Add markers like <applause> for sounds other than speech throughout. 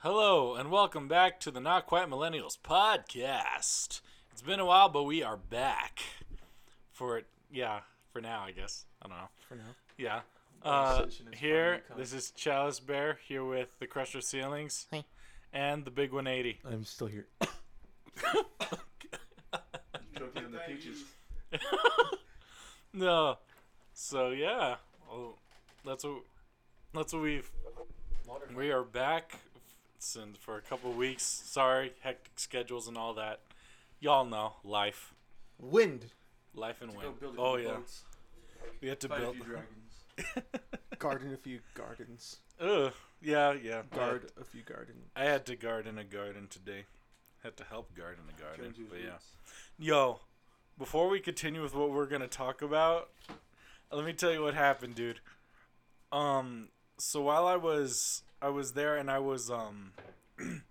Hello, and welcome back to the Not Quite Millennials podcast. It's been a while, but we are back. For yeah, for now, I guess. I don't know. For now. Yeah. Uh, Session is here, finally coming. this is Chalice Bear here with the Crusher Ceilings Hey. and the Big 180. I'm <coughs> still here. Choking on the peaches. No. So yeah, well, that's what that's what we've. We are back since for a couple weeks. Sorry, hectic schedules and all that. Y'all know life, Wind, life and Go wind. build a Oh few yeah, boats, we had to Fight a build. few dragons. <laughs> garden a few gardens, <laughs> Ugh. Yeah, yeah. guard a few garden. I had to garden a garden today. Had to help garden a garden. Jones was But yeah. roots. Yo, before we continue with what we're gonna talk about, let me tell you what happened, dude. Um, so while I was I was there and I was um <clears throat>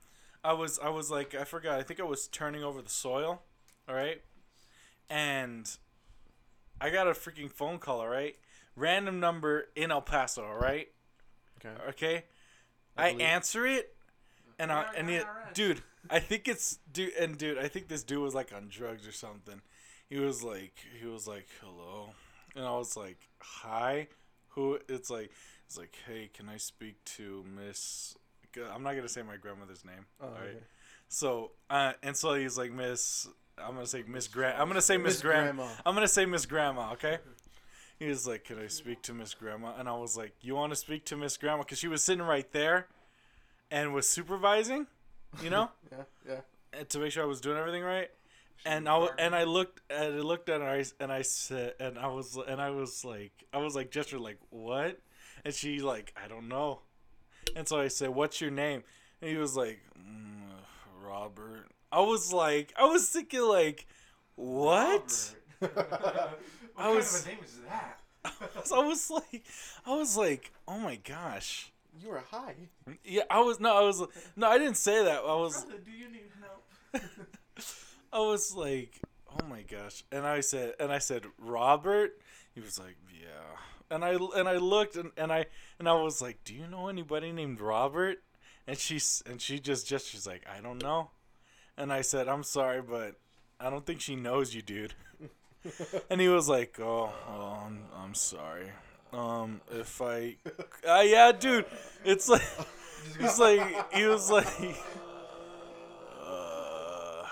I was I was like I forgot, I think I was turning over the soil, alright? And I got a freaking phone call, alright? Random number in El Paso, alright? Okay. Okay. I I, believe- answer it, and I and it, IRS. dude, I think it's dude, and dude, I think this dude was like on drugs or something. He was like, he was like, hello, and I was like, hi, who? It's like, it's like, hey, can I speak to Miss? I'm not gonna say my grandmother's name. Oh, all right. okay. So, uh, and so he's like, Miss, I'm gonna say Miss Grant. I'm gonna say Miss Miss Grant. Grandma. I'm gonna say Miss Grandma. Okay. He was like, "Can I speak to Miss Grandma?" And I was like, "You want to speak to Miss Grandma?" Because she was sitting right there, and was supervising, you know, Yeah, yeah. and to make sure I was doing everything right. She And was I w- gardening. and I looked and I looked at her I s- and I said and I was and I was like I was like gesture like what, and she like I don't know, and so I said, "What's your name?" And he was like, mm, "Robert." I was like, I was thinking like, what? Robert. <laughs> what I kind was- of a name is that? So I was like, I was like, oh my gosh. You were high. <laughs> Yeah, I was no, I was no, I didn't say that. I was, Brother, <laughs> do you need help? I was like, oh my gosh. And I said, and I said, Robert. He was like, yeah. And I and I looked and, and I and I was like, do you know anybody named Robert? And she s- and she just just she's like, I don't know. And I said, I'm sorry, but I don't think she knows you, dude. and he was like, "Oh, oh, I'm, I'm sorry. Um, if I, uh, yeah, dude, it's like, it's like he was like, uh,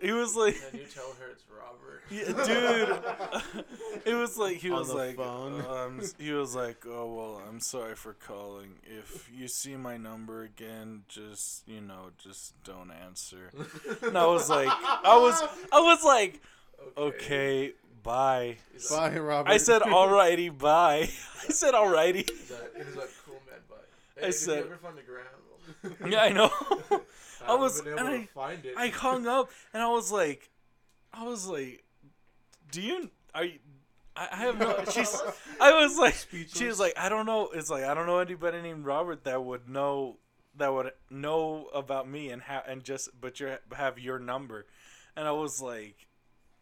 he was like, Then you tell her it's Robert. yeah, dude, <laughs> it was like he On was the like, phone. um, he was like, oh well, I'm sorry for calling. If you see my number again, just you know, just don't answer. and I was like, I was, I was like, okay, bye. Is that, Bye, Robert. I <laughs> said alrighty, bye. <laughs> I said alrighty. is that, it is like cool med bite. Hey, I did said- you ever find the ground? <laughs> <laughs> Yeah, I know. I haven't was- been able and to I- find it. I hung up and I was like, I was like, do you? Are you? I, I have no. She's. I was like, she was like, I don't know. It's like I don't know anybody named Robert that would know that would know about me and ha- and just but you have your number, and I was like,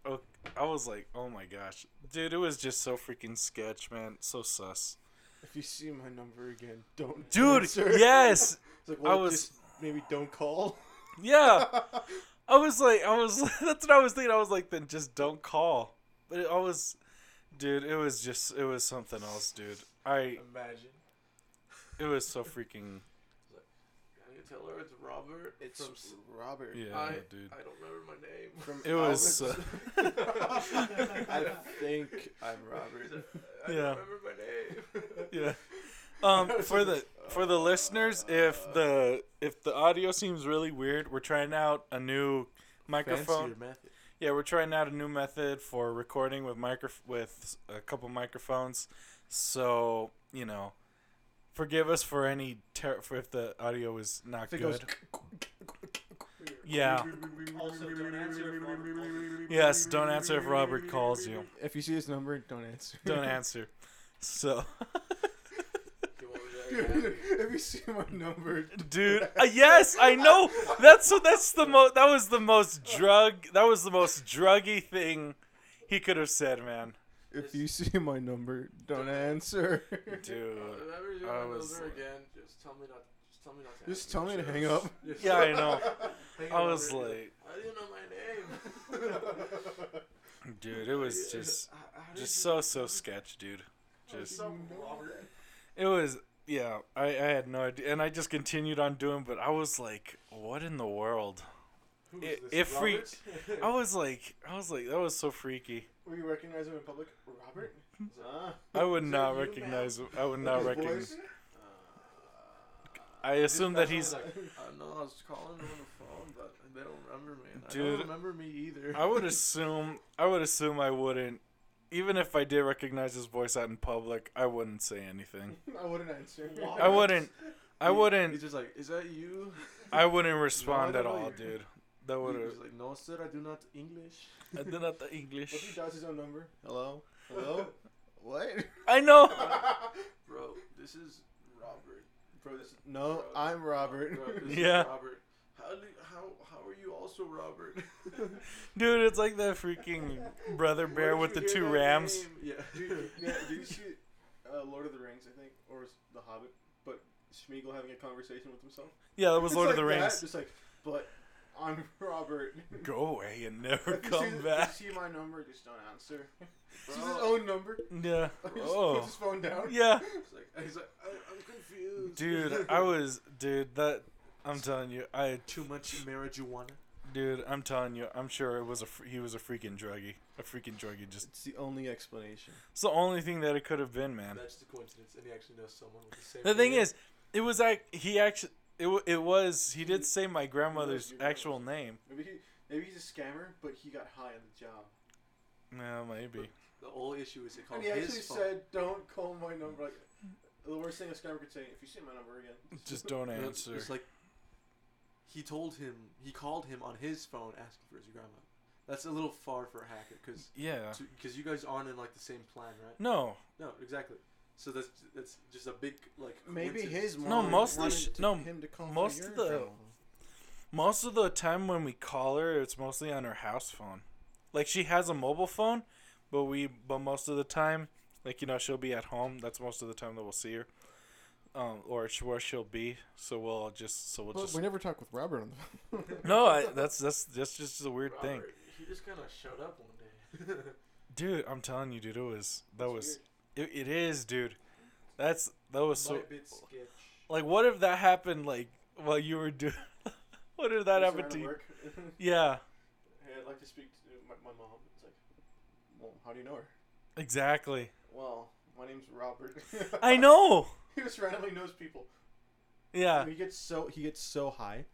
oh, I was like, oh my gosh, dude, it was just so freaking sketch, man, so sus, If you see my number again, don't. dude. <laughs> answer. Yes, It's like, well, I was- just maybe <laughs> don't call. yeah. I was like, I was. <laughs> That's what I was thinking. I was like, then just don't call. But it always, dude. It was just. It was something else, dude. I. Imagine. It was so freaking. Can you tell her it's Robert? it's from, s- Robert. Yeah, I, dude. I don't remember my <laughs> name. <laughs> From It was. Alex. Uh, <laughs> I think I'm Robert. I Yeah. don't remember my name. yeah. Um, for the for the listeners, if the if the audio seems really weird, we're trying out a new microphone. Fancier method. Yeah, we're trying out a new method for recording with micro with a couple microphones. So you know, forgive us for any ter- for if the audio is not If it good. <laughs> goes <laughs> <laughs> Yeah. Also, don't answer if Robert calls you. Yes, don't answer if <laughs> Robert calls you. If you see his number, don't answer. <laughs> Don't answer. So, You want me to- Dude, if you see my number, dude, uh, yes, I know. That's what. That's the most. That was the most drug. That was the most druggy thing he could have said, man. if you see my number, don't answer. Dude, Uh, Whenever you I want was over like- again, just tell me not. Just tell me not to. Just ask tell me to you. hang up. <laughs> Just- Yeah, I know. Hang I up was already. like, How do you know my name? dude, <laughs> it was Yeah, just how- how did just you- so so sketch, dude. Just So Robert. it was yeah. I I had no idea, and I just continued on doing. But I was like, what in the world? Who I- is this? if we- Oh. Robert? I was like, I was like, that was so freaky. Were you recognizing him in public? Robert? <laughs> Ah. I would Is it not you, recognize. him. I would not His recognize. voice? I assume that he's. Like, I know I was calling him on the phone, but they don't remember me. And I Dude. don't remember me either. I would assume. I would assume I wouldn't. Even if I did recognize his voice out in public, I wouldn't say anything. <laughs> I wouldn't answer. Why? I wouldn't. I <laughs> He- wouldn't. He's just like, is that you? I wouldn't respond No, I at don't know all, you. dude. That <laughs> would He's have. like, no, sir, I do not English. I did not the What if he English. dials his own number? Hello? Hello? <laughs> what? I <laughs> know. Bro, this is Robert. Bro, this, no, I'm Bro, Robert. <laughs> this Yeah. is Robert. How do how how are you also Robert? <laughs> Dude, it's like that freaking brother Where bear did with the you hear two that rams. name? Yeah. <laughs> Dude, yeah, <laughs> did you see uh, Lord of the Rings, I think, or was The Hobbit? But Smeagol having a conversation with himself. Yeah, that was It's Lord of like the that, Rings. Just like, but I'm <laughs> Robert. <laughs> Go away and never If you see- come back. <laughs> If you see my number, just don't answer. <laughs> This is his Bro, own number. <laughs> Yeah. He just puts Oh. his phone <laughs> down. Yeah. he's like, he's like I, I'm confused. <laughs> Dude, I was. Dude, that. I'm telling you, I. too much marijuana. Dude, I'm telling you, I'm sure it was a. fr- He was a freaking druggie. A freaking druggie. Just. It's the only explanation. It's the only thing that it could have been, man. That's the coincidence, and he actually knows someone with the same. The thing name. is, it was like he actually. It, wa- it was he did say my grandmother's your actual name. Maybe he, maybe he's a scammer, but he got high on the job. Yeah, maybe. the whole issue is it called And he his actually phone. said, "Don't call my number." Like, the worst thing a scammer could say, if you see my number again, <laughs> Just don't You know, answer. It's like he told him he called him on his phone asking for his grandma. That's a little far for a hacker because Yeah. because you guys aren't in like the same plan, right? No. No, exactly. So that's that's just a big like Maybe his coincidence. No, mom mostly wanted sh- to- no, him to call for most of your the- grandma. Most of the time when we call her, it's mostly on her house phone. Like she has a mobile phone, but we but most of the time, like you know, she'll be at home. That's most of the time that we'll see her, um, or it's where she'll be. So we'll just so we'll just never talk with Robert on the <laughs> phone. no. I, that's that's that's just a weird thing, Robert, He just kind of showed up one day. <laughs> dude. I'm telling you, dude. It was that That's was it, it is, dude. That's that was so My bit sketch. like. What if that happened like while you were doing? <laughs> what if that Just happened around to <laughs> you? work. Yeah, hey, I'd like to speak to my, my mom. It's like, well, how do you know her? exactly. Well, my name's Robert. <laughs> I know. <laughs> he just randomly knows people. Yeah. he gets so he gets so high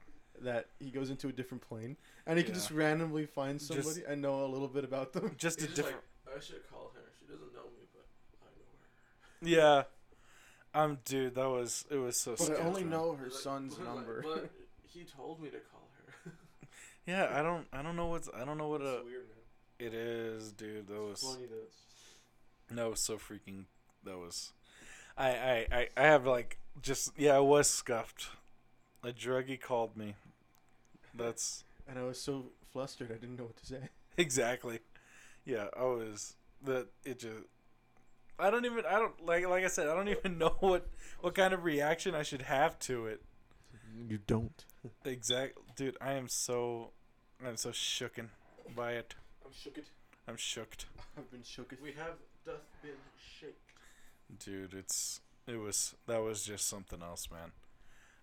that he goes into a different plane, and he can Yeah. just randomly find Just- somebody and know a little bit <laughs> about them. just a He's just different like, I should call her. She doesn't know me, but I know yeah her. um dude that was it was so But I sketchy, only man. know her <laughs> Like, son's but, <laughs> like, number. But he told me to call her. <laughs> yeah i don't i don't know what's i don't know <laughs> what uh weird, it is dude that It's was funny that that was so freaking that was i i i, I have like just yeah i was scuffed a druggie called me that's <laughs> And I was so flustered, I didn't know what to say. exactly yeah i was that it just i don't even i don't like like i said i don't even <laughs> know what what kind of reaction i should have to it you don't. Exact, dude. I am so, I'm so shooken by it. I'm shooked. <laughs> I'm shooked, I've been shooked. We have doth been shaped. dude. It's it was that was just something else, man.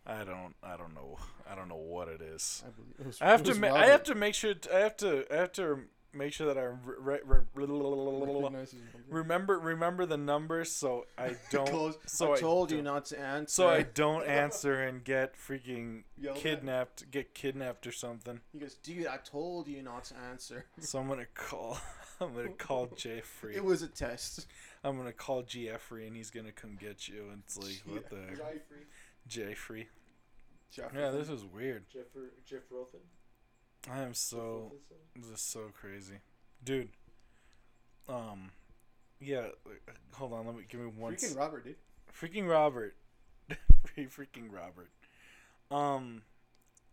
I don't I don't know I don't know what it is. I believe it was, I have it to was ma- I have to make sure I have to I have to make sure that I re- re- Robert. re- Recognizes his number. remember remember the numbers so <laughs> I don't Close. so I told you don't- not to answer. so I don't answer and get freaking <laughs> Yelled at. kidnapped get kidnapped or something. He goes, dude. I told you not to answer. So I'm gonna call <laughs> I'm gonna call Jeffrey. It was a test. I'm gonna call Jeffrey and he's gonna come get you. And it's like, <laughs> what the heck? Jeffrey. Jeffrey? Jeffrey. Yeah, this is weird. Jeffrey. Jeff Rothen. I am so this is so crazy, dude. Um, yeah. uh, Hold on, let me give me one. freaking s- Robert, dude. Freaking Robert. <laughs> Free freaking Robert. Um,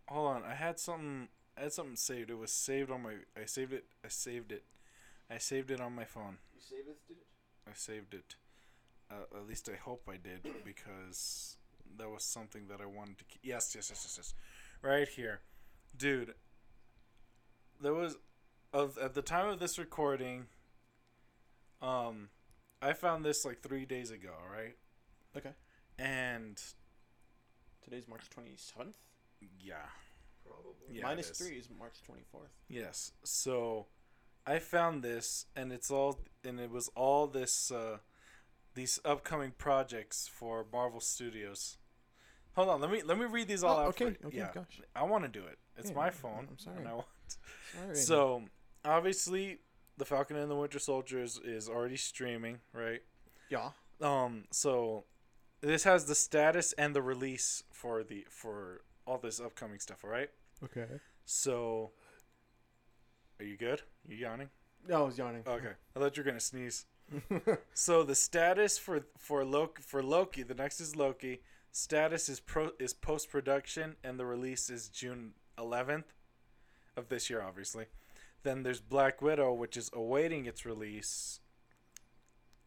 hold on. I had something. I had something saved. It was saved on my. I saved it. I saved it. I saved it on my phone. You saved it, dude. <coughs> I saved it. Uh, at least I hope I did because that was something that I wanted to keep. Yes, yes, yes, yes, yes. Right here, dude. There was, of at the time of this recording. Um, I found this like three days ago, right? Okay. And Today's March 27th. yeah, Probably. yeah, it Minus is. 3 is March 24th. Yes. So I found this and it's all and it was all this uh these upcoming projects for Marvel Studios. Hold on, let me let me read these all Oh, out. okay, for you. okay, yeah. gosh. I want to do it. It's Yeah, my I'm- phone. I'm sorry. and I want- Sorry. so obviously the Falcon and the Winter Soldier is, is already streaming, right? yeah. Um so this has the status and the release for the for all this upcoming stuff, all right? Okay. So are you good? You yawning? No, I was yawning. <laughs> Okay, I thought you were gonna sneeze. So the status for for Loki for Loki, the next is Loki. Status is pro is post production, and the release is June eleventh of this year, obviously. Then there's Black Widow, which is awaiting its release.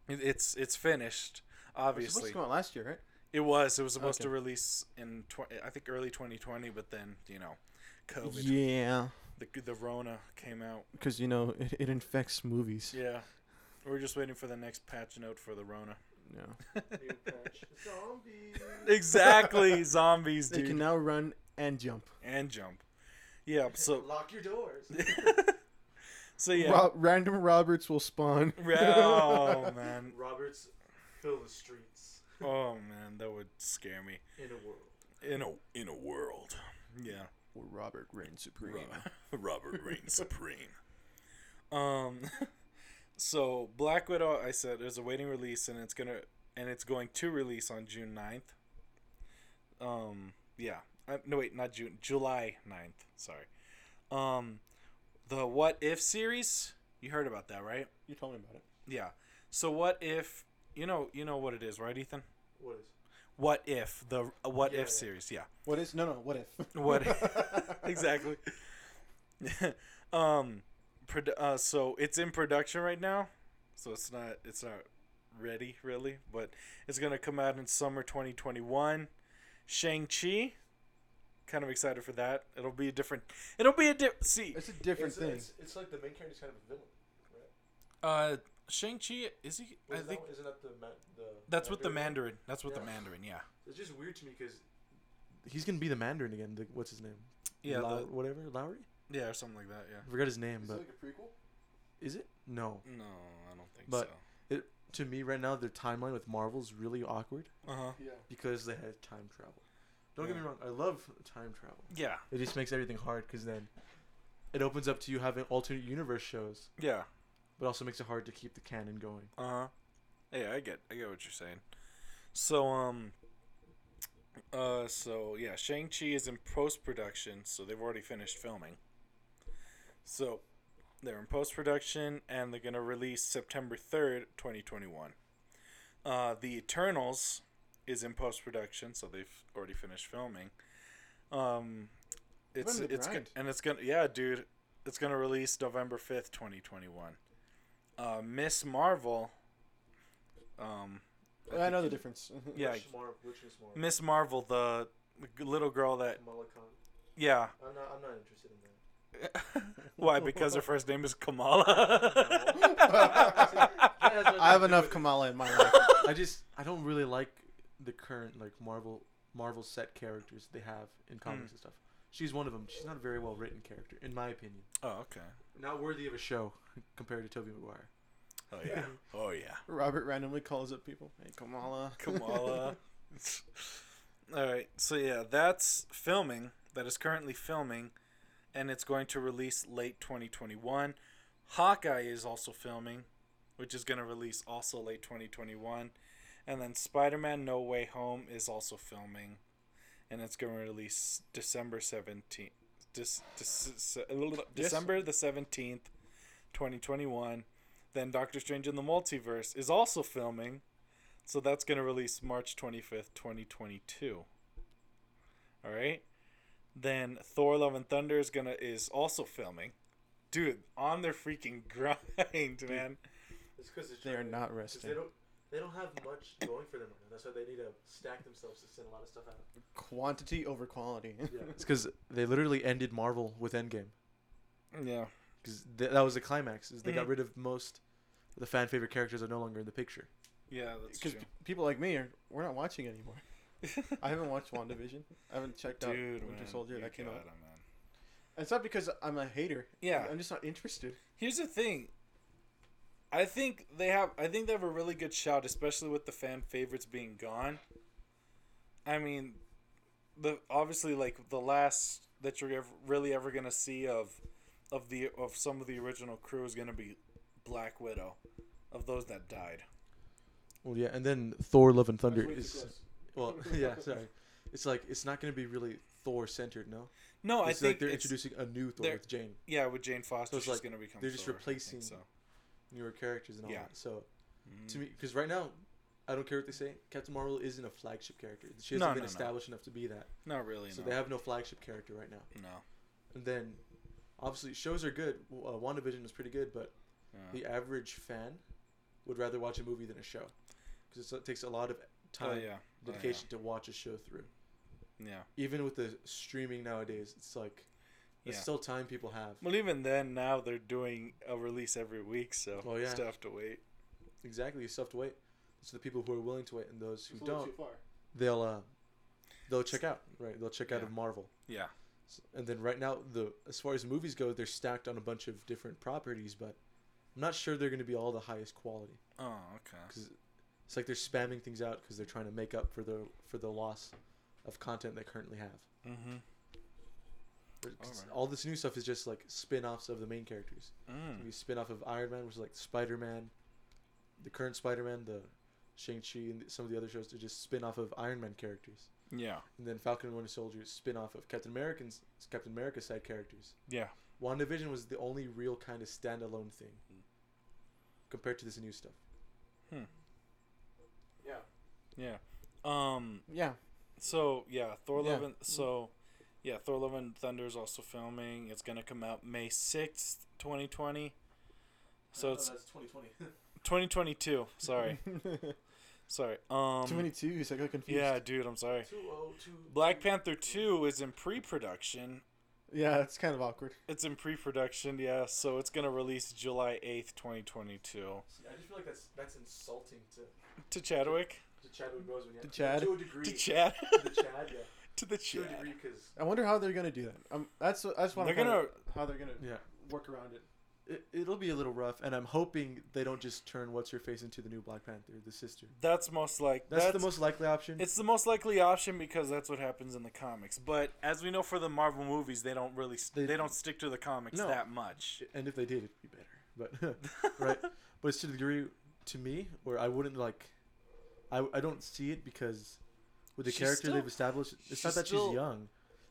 It- It's it's finished, It was supposed obviously. to come out last year, right? It was it was supposed Okay. to release in tw- I think early 2020, but then you know, COVID, Yeah, the the Rona came out. because you know it, it infects movies. Yeah, we're just waiting for the next patch note for the Rona. Yeah. <laughs> Zombies. <laughs> exactly zombies They dude can now run and jump. and jump yeah so <laughs> Lock your doors. <laughs> so yeah Ro- random Roberts will spawn. <laughs> Ra- oh man Roberts fill the streets oh man that would scare me in a world. in a in a world yeah <laughs> Or Robert reigns supreme. Ro- <laughs> Robert reigns supreme. Um, <laughs> so Black Widow, I said, is awaiting release, and it's gonna and it's going to release on June 9th. Um, yeah, Uh, no wait, not June, July 9th. Sorry. Um, the What If series, you heard about that, right? You told me about it. Yeah. So what if you know you know what it is, right, Ethan? What is? What if the uh, What Yeah, If yeah. series? Yeah. What is? No, no. What <laughs> if? What <laughs> exactly. <laughs> um, produ- uh, so it's in production right now, so it's not it's not ready really, but it's gonna come out in summer 2021. Shang Chi, kind of excited for that. It'll be a different. It'll be a di- see. It's a different it's, thing. It's, it's like the main character's kind of a villain. Uh, Shang Chi is he? I Isn't that think one- isn't that the ma- the? that's with the Mandarin? Mandarin. That's with the Yeah. Mandarin. Yeah. It's just weird to me because he's gonna be the Mandarin again. The, what's his name? Yeah. Lau- the- whatever Lowry. yeah, or something like that. Yeah. I forgot his name, Is it but like a prequel? is it? No. No, I don't think But- To me, right now, their timeline with Marvel's really awkward so. Uh huh. Yeah. because they had time travel. Don't get Yeah. me wrong, I love time travel. Yeah. It just makes everything hard because then it opens up to you having alternate universe shows, Yeah. but also makes it hard to keep the canon going. Uh huh. Yeah, I get, I get what you're saying. So um, uh, so yeah, Shang Chi is in post production, so they've already finished filming. So they're in post production, and they're gonna release September third, twenty twenty one. Uh, the Eternals is in post production, so they've already finished filming. Um, it's What a it's go- grind. and it's gonna yeah, dude, it's gonna release November fifth, twenty twenty one. Uh, Miss Marvel. Um, I, know the difference. <laughs> yeah, Which Mar- which is Marvel? Miss Marvel, the the little girl that Malakan. <laughs> yeah. I'm not. I'm not interested in that. Why? Because her first name is Kamala. <laughs> <laughs> I have enough Kamala in my life. I just. I don't really like the current like Marvel Marvel set characters they have in comics and stuff. She's one of them. She's not a very well written character, in my opinion. oh, okay. Not worthy of a show <laughs> compared to Tobey Maguire. Oh yeah. Oh yeah. Robert randomly calls up people. Hey, Kamala. <laughs> Kamala. All right. So yeah, that's filming. That is currently filming, and it's going to release late 2021. Hawkeye is also filming, which is going to release also late 2021, and then Spider-Man: No Way Home is also filming, and it's going to release December 17th. Dis, dis, se- December the 17th, 2021. Then Doctor Strange in the Multiverse is also filming, so that's going to release March 25th, 2022. All right. Then Thor Love and Thunder is going to is also filming. Dude, on their freaking <laughs> grind, man. It's because <laughs> They are not resting. don't. They don't have much going for them right now. That's why they need to stack themselves to send a lot of stuff out. Quantity over quality. <laughs> Yeah. it's because they literally ended Marvel with Endgame. Yeah. Because th- that was the climax. Is they got Mhm. rid of most of the fan favorite characters are no longer in the picture. Yeah, that's Because people like me are we're not watching anymore. true. <laughs> I haven't <laughs> watched WandaVision. I haven't checked out Dude, Winter man, Soldier you that came got out. it, man. It's not because I'm a hater. Yeah. I'm just not interested. Here's the thing. I think they have. I think they have a really good shout, especially with the fan favorites being gone. I mean, the obviously like the last that you're ever, really ever gonna see of, of the of some of the original crew is gonna be Black Widow, of those that died. Well, yeah, and then Thor: Love and Thunder That's way too is close. <laughs> well, <laughs> yeah, sorry. It's like it's not going to be really Thor centered, no. No, I it's think like they're it's- introducing a new Thor they're- with Jane, Yeah, with Jane Foster, So it's she's like gonna become. they're just Thor, I think replacing- So. newer characters and all Yeah. that. So Mm. to me, because right now, I don't care what they say. Captain Marvel isn't a flagship character. She hasn't No, been no, no. established enough to be that. not really. so no. they have no flagship character right now. no. And then, obviously, shows are good. W- Uh, WandaVision was pretty good, but Yeah. the average fan would rather watch a movie than a show because it takes a lot of Oh, time yeah. Oh, yeah. dedication to watch a show through. yeah. Even with the streaming nowadays, it's like it's Yeah. still time people have. Well, even then, now they're doing a release every week, so Oh, you yeah. still have to wait. Exactly, you still have to wait. So the people who are willing to wait and those who It's a little don't, too far. they'll uh, they'll check out. Right, they'll check out Yeah. of Marvel. Yeah. S- And then right now, the as far as movies go, they're stacked on a bunch of different properties, but I'm not sure they're going to be all the highest quality. Oh, okay. because it's like they're spamming things out because they're trying to make up for the for the loss of content they currently have. Mm-hmm. But 'cause Alright. All this new stuff is just like spin-offs of the main characters. It's gonna be Mm. a spin-off of Iron Man, which is like Spider-Man, the current Spider-Man, the Shang-Chi, and some of the other shows are just spin-off of Iron Man characters. Yeah. And then Falcon and Winter Soldier is spin-off of Captain American's Captain America side characters. Yeah. WandaVision was the only real kind of standalone thing Hmm. Mm. compared to this new stuff. Yeah. Yeah. Um. Yeah. So yeah, Thor Yeah. Love and so, yeah, Thor Love and Thunder is also filming. It's gonna come out May sixth, twenty twenty. So it's that's <laughs> 2020. twenty twenty two. <laughs> <laughs> Sorry, sorry. Um. Too many twos. I got confused. Yeah, dude, I'm sorry. 2002. Black Panther two is in pre-production. Yeah, it's kind of awkward. It's in pre-production, yeah. So it's gonna release July eighth, twenty twenty-two. See, I just feel like that's that's insulting to, To Chadwick, to Chadwick Boseman. Yeah. To Chad? To a degree. to Chad, <laughs> To Chad, yeah. to the To a Chad. degree, because I wonder how they're gonna do that. Um, that's that's what They're I'm kinda- gonna how they're gonna yeah, Work around it. it, it'll be a little rough, and I'm hoping they don't just turn what's her face into the new Black Panther, the sister. That's most like That's, that's, the most likely option. It's the most likely option because that's what happens in the comics. But as we know for the Marvel movies, they don't really They- they, they don't stick to the comics No. that much. and if they did, it'd be better. But <laughs> <laughs> right, but it's to the degree to me where I wouldn't like, I I don't see it because with the She's character still- they've established, it's she's not that still- she's young.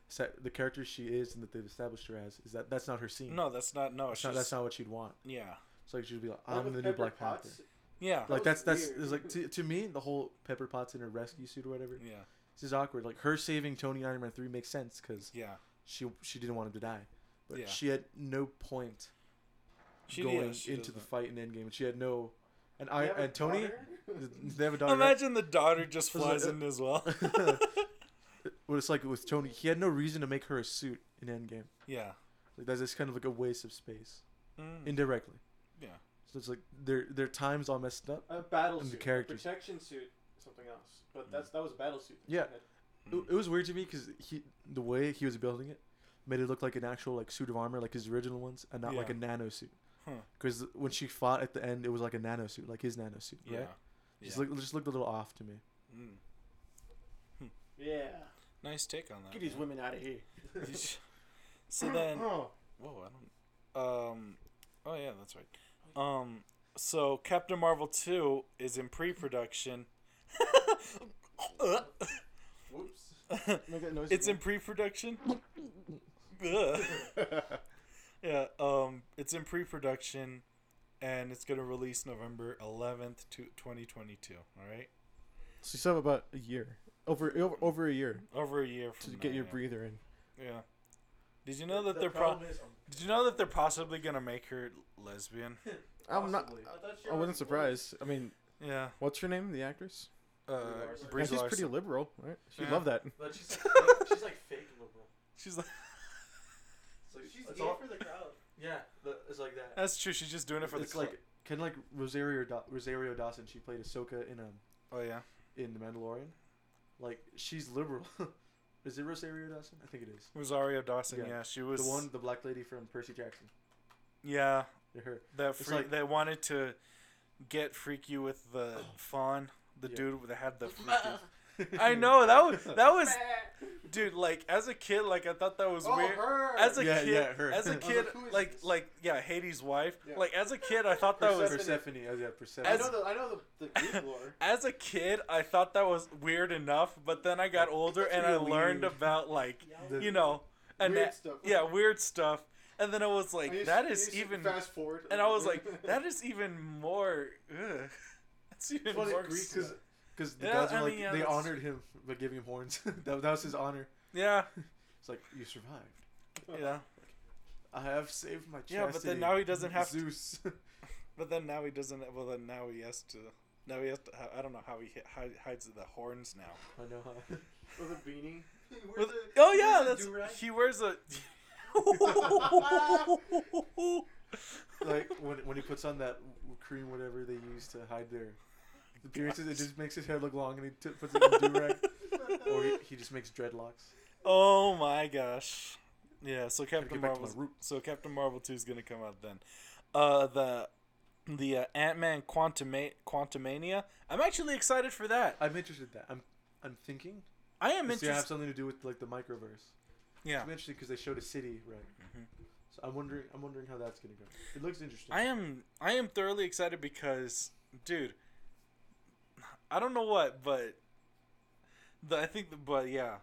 It's that the character she is and that they've established her as is that that's not her scene. No, that's not no. that's It's not, that's just, not what she'd want. yeah, So like she'd be like, That I'm with the new Pepper Black Panther. Potts, yeah, Like was that's that's weird. it's like to, to me the whole Pepper Potts in her rescue suit or whatever. yeah, This is awkward. Like her saving Tony in Iron Man three makes sense because yeah. she she didn't want him to die, but Yeah. she had no point She going yeah, she into the doesn't. fight in Endgame. She had no, and They I have a and Tony daughter? they have a daughter. right? Imagine the daughter just Was like, flies uh, in as <laughs> well. <laughs> What it's like with Tony, he had no reason to make her a suit in Endgame. yeah, Like that's just kind of like a waste of space Mm, indirectly. yeah. So it's like their their time's all messed up. <laughs> A battle And the suit. a characters. protection suit. Something else. But that's that was a battle suit. that she Yeah. had. It, it was weird to me because he the way he was building it made it look like an actual like suit of armor like his original ones and not like a Yeah. nano suit. Huh. Because when she fought at the end, it was like a nano suit, like his nano suit, yeah. right? Just Yeah. look, just looked a little off to me. Mm. Yeah. Nice take on that. Get <laughs> these man. women out of here. so then, <laughs> oh, Whoa, I don't. Um, oh yeah, that's right. Um, so Captain Marvel two is in pre-production. whoops. Make that noise it's in again. pre-production. Ugh. yeah. Um, it's in pre-production, and it's gonna release November eleventh to twenty twenty two. All right, So you still have about a year, over over, over a year over a year to from get now, your yeah. breather in. Yeah. Did you know that they're pro- Did you know that they're possibly gonna make her lesbian? I'm not. Possibly. I wasn't surprised. I mean, Yeah. What's her name? The actress? Uh, Larson. Yeah, Brie she's pretty Larson. liberal, right? She'd Yeah. love that. But she's like, she's like fake liberal. She's like, So She's it's gay all- for the crowd. yeah, the, it's like that. that's true. She's just doing it for it's the cl- like kind of like Rosario da- Rosario Dawson. She played Ahsoka in um Oh yeah. in The Mandalorian. Like she's liberal. <laughs> is it Rosario Dawson? I think it is. Rosario Dawson. Yeah, Yeah. she was the one, the black lady from Percy Jackson. Yeah, Her. <laughs> that It's free, like- that wanted to get freaky with the <sighs> fawn, the Yeah. dude that had <laughs> <laughs> the. Freaky. I know that was that was <laughs> dude. Like as a kid, like I thought that was oh, weird. her. As a Yeah, kid, yeah, her. as <laughs> I a was kid, like, who is like this? like yeah, Hades' wife. Yeah. Like as a kid, I thought that was Persephone. Oh, yeah, Persephone. I as- know the I know the, the Greek lore. as a kid, I thought that was weird enough, but then I got older and I really learned weird. about like The- you know, <laughs> and Weird that- stuff. yeah, weird stuff. And then I was like, I used- that I is used to even, fast forward. and I was like, that is even more. Ugh. <laughs> That's even Well, the more. Greek stuff. is- because because the Yeah, gods were I like mean, yeah, they that's- honored him by giving him horns. <laughs> that, that was his honor. <laughs> yeah, It's like you survived. yeah. I have saved my chastity. Yeah, but then now he doesn't have to- <laughs> Zeus. <laughs> But then now he doesn't. Well, then now he has to. Now he has to. I don't know how he hi- hi- hides the horns now. I know. Huh? <laughs> with <laughs> a beanie. With- oh yeah, that's do-rag. he wears <laughs> a. <laughs> like when when he puts on that w- cream, whatever they use to hide their appearances, it just makes his hair look long, and he t- puts it in do rag, <laughs> or he, he just makes dreadlocks. Oh my gosh. Yeah, so Captain get back to my Marvel. root. So Captain Marvel 2 is going to come out then. Uh the the uh, Ant-Man Quantuma- Quantumania. I'm actually excited for that. I'm interested in that. I'm I'm thinking. I am Does it have interested. something to do with like the microverse? Yeah. It's interesting because they showed a city, right? Mhm. So I'm wondering. I'm wondering how that's gonna go. It looks interesting. I am I am thoroughly excited because dude I don't know what, but the I think the, but yeah.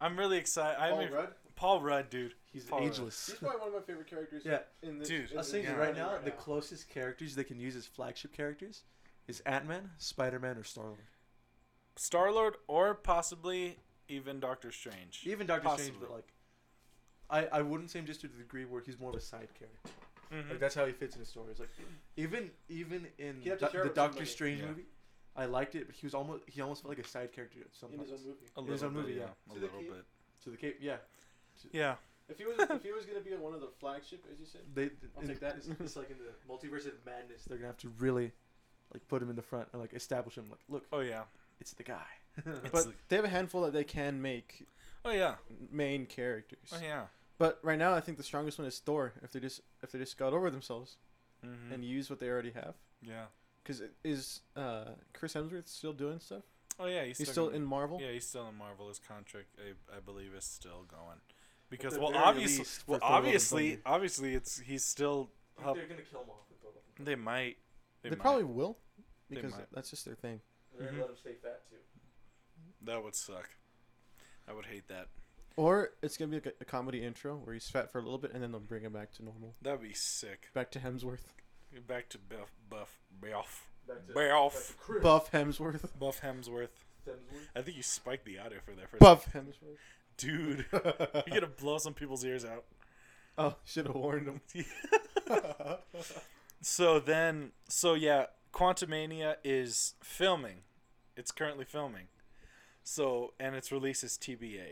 I'm really excited. I'm Paul ex- Rudd. Paul Rudd, dude. He's Paul Rudd. ageless. He's probably one of my favorite characters. Yeah. In this, Dude, in I'll this say Yeah. right now, the closest characters they can use as flagship characters is Ant Man, Spider Man, or Star Lord. Star-Lord or possibly even Doctor Strange. Even Doctor Strange, Possibly. but like, I I wouldn't say him just to the degree where he's more of a side character. Mhm. Like that's how he fits in the story. It's like even even in He'd have to Do- share the with Doctor somebody. Strange Yeah. movie, I liked it, but he was almost he almost felt like a side character at some in his points. own movie. A In his little own bit, movie, yeah. yeah. A To the little key- bit. To the cape, yeah. Yeah. If he was, if he was gonna be one of the flagship, as you said, They I'll in- take that. It's, it's like in the multiverse of madness, they're gonna have to really like put him in the front and like establish him. Like, look, Oh yeah. <laughs> it's the guy. But the- they have a handful that they can make Oh yeah. main characters. Oh yeah. But right now, I think the strongest one is Thor. If they just if they just got over themselves Mm-hmm. and use what they already have, yeah. because is uh, Chris Hemsworth still doing stuff? Oh yeah. He's, He's still gonna- in Marvel. Yeah, he's still in Marvel. His contract, I, I believe, is still going. Because the well, very obviously, least, for well, Thor: Love and obviously, Thunder. obviously, it's he's still. Up. they're gonna kill him off with the They might. They, They, might. probably will, They because might. that's just their thing. They're Mm-hmm. gonna let him stay fat too. That would suck. I would hate that. Or it's gonna be like a, a comedy intro where he's fat for a little bit and then they'll bring him back to normal, That'd be sick. back to Hemsworth, <laughs> Back to Buff, Buff, Buff, Back Buff, Chris Buff Hemsworth, <laughs> Buff Hemsworth. Hemsworth. I think you spiked the audio for that. For Buff Hemsworth. dude, <laughs> you're gonna blow some people's ears out. oh, should have warned him. <laughs> So then, so yeah, Quantumania is filming. It's currently filming. So, and its release is TBA.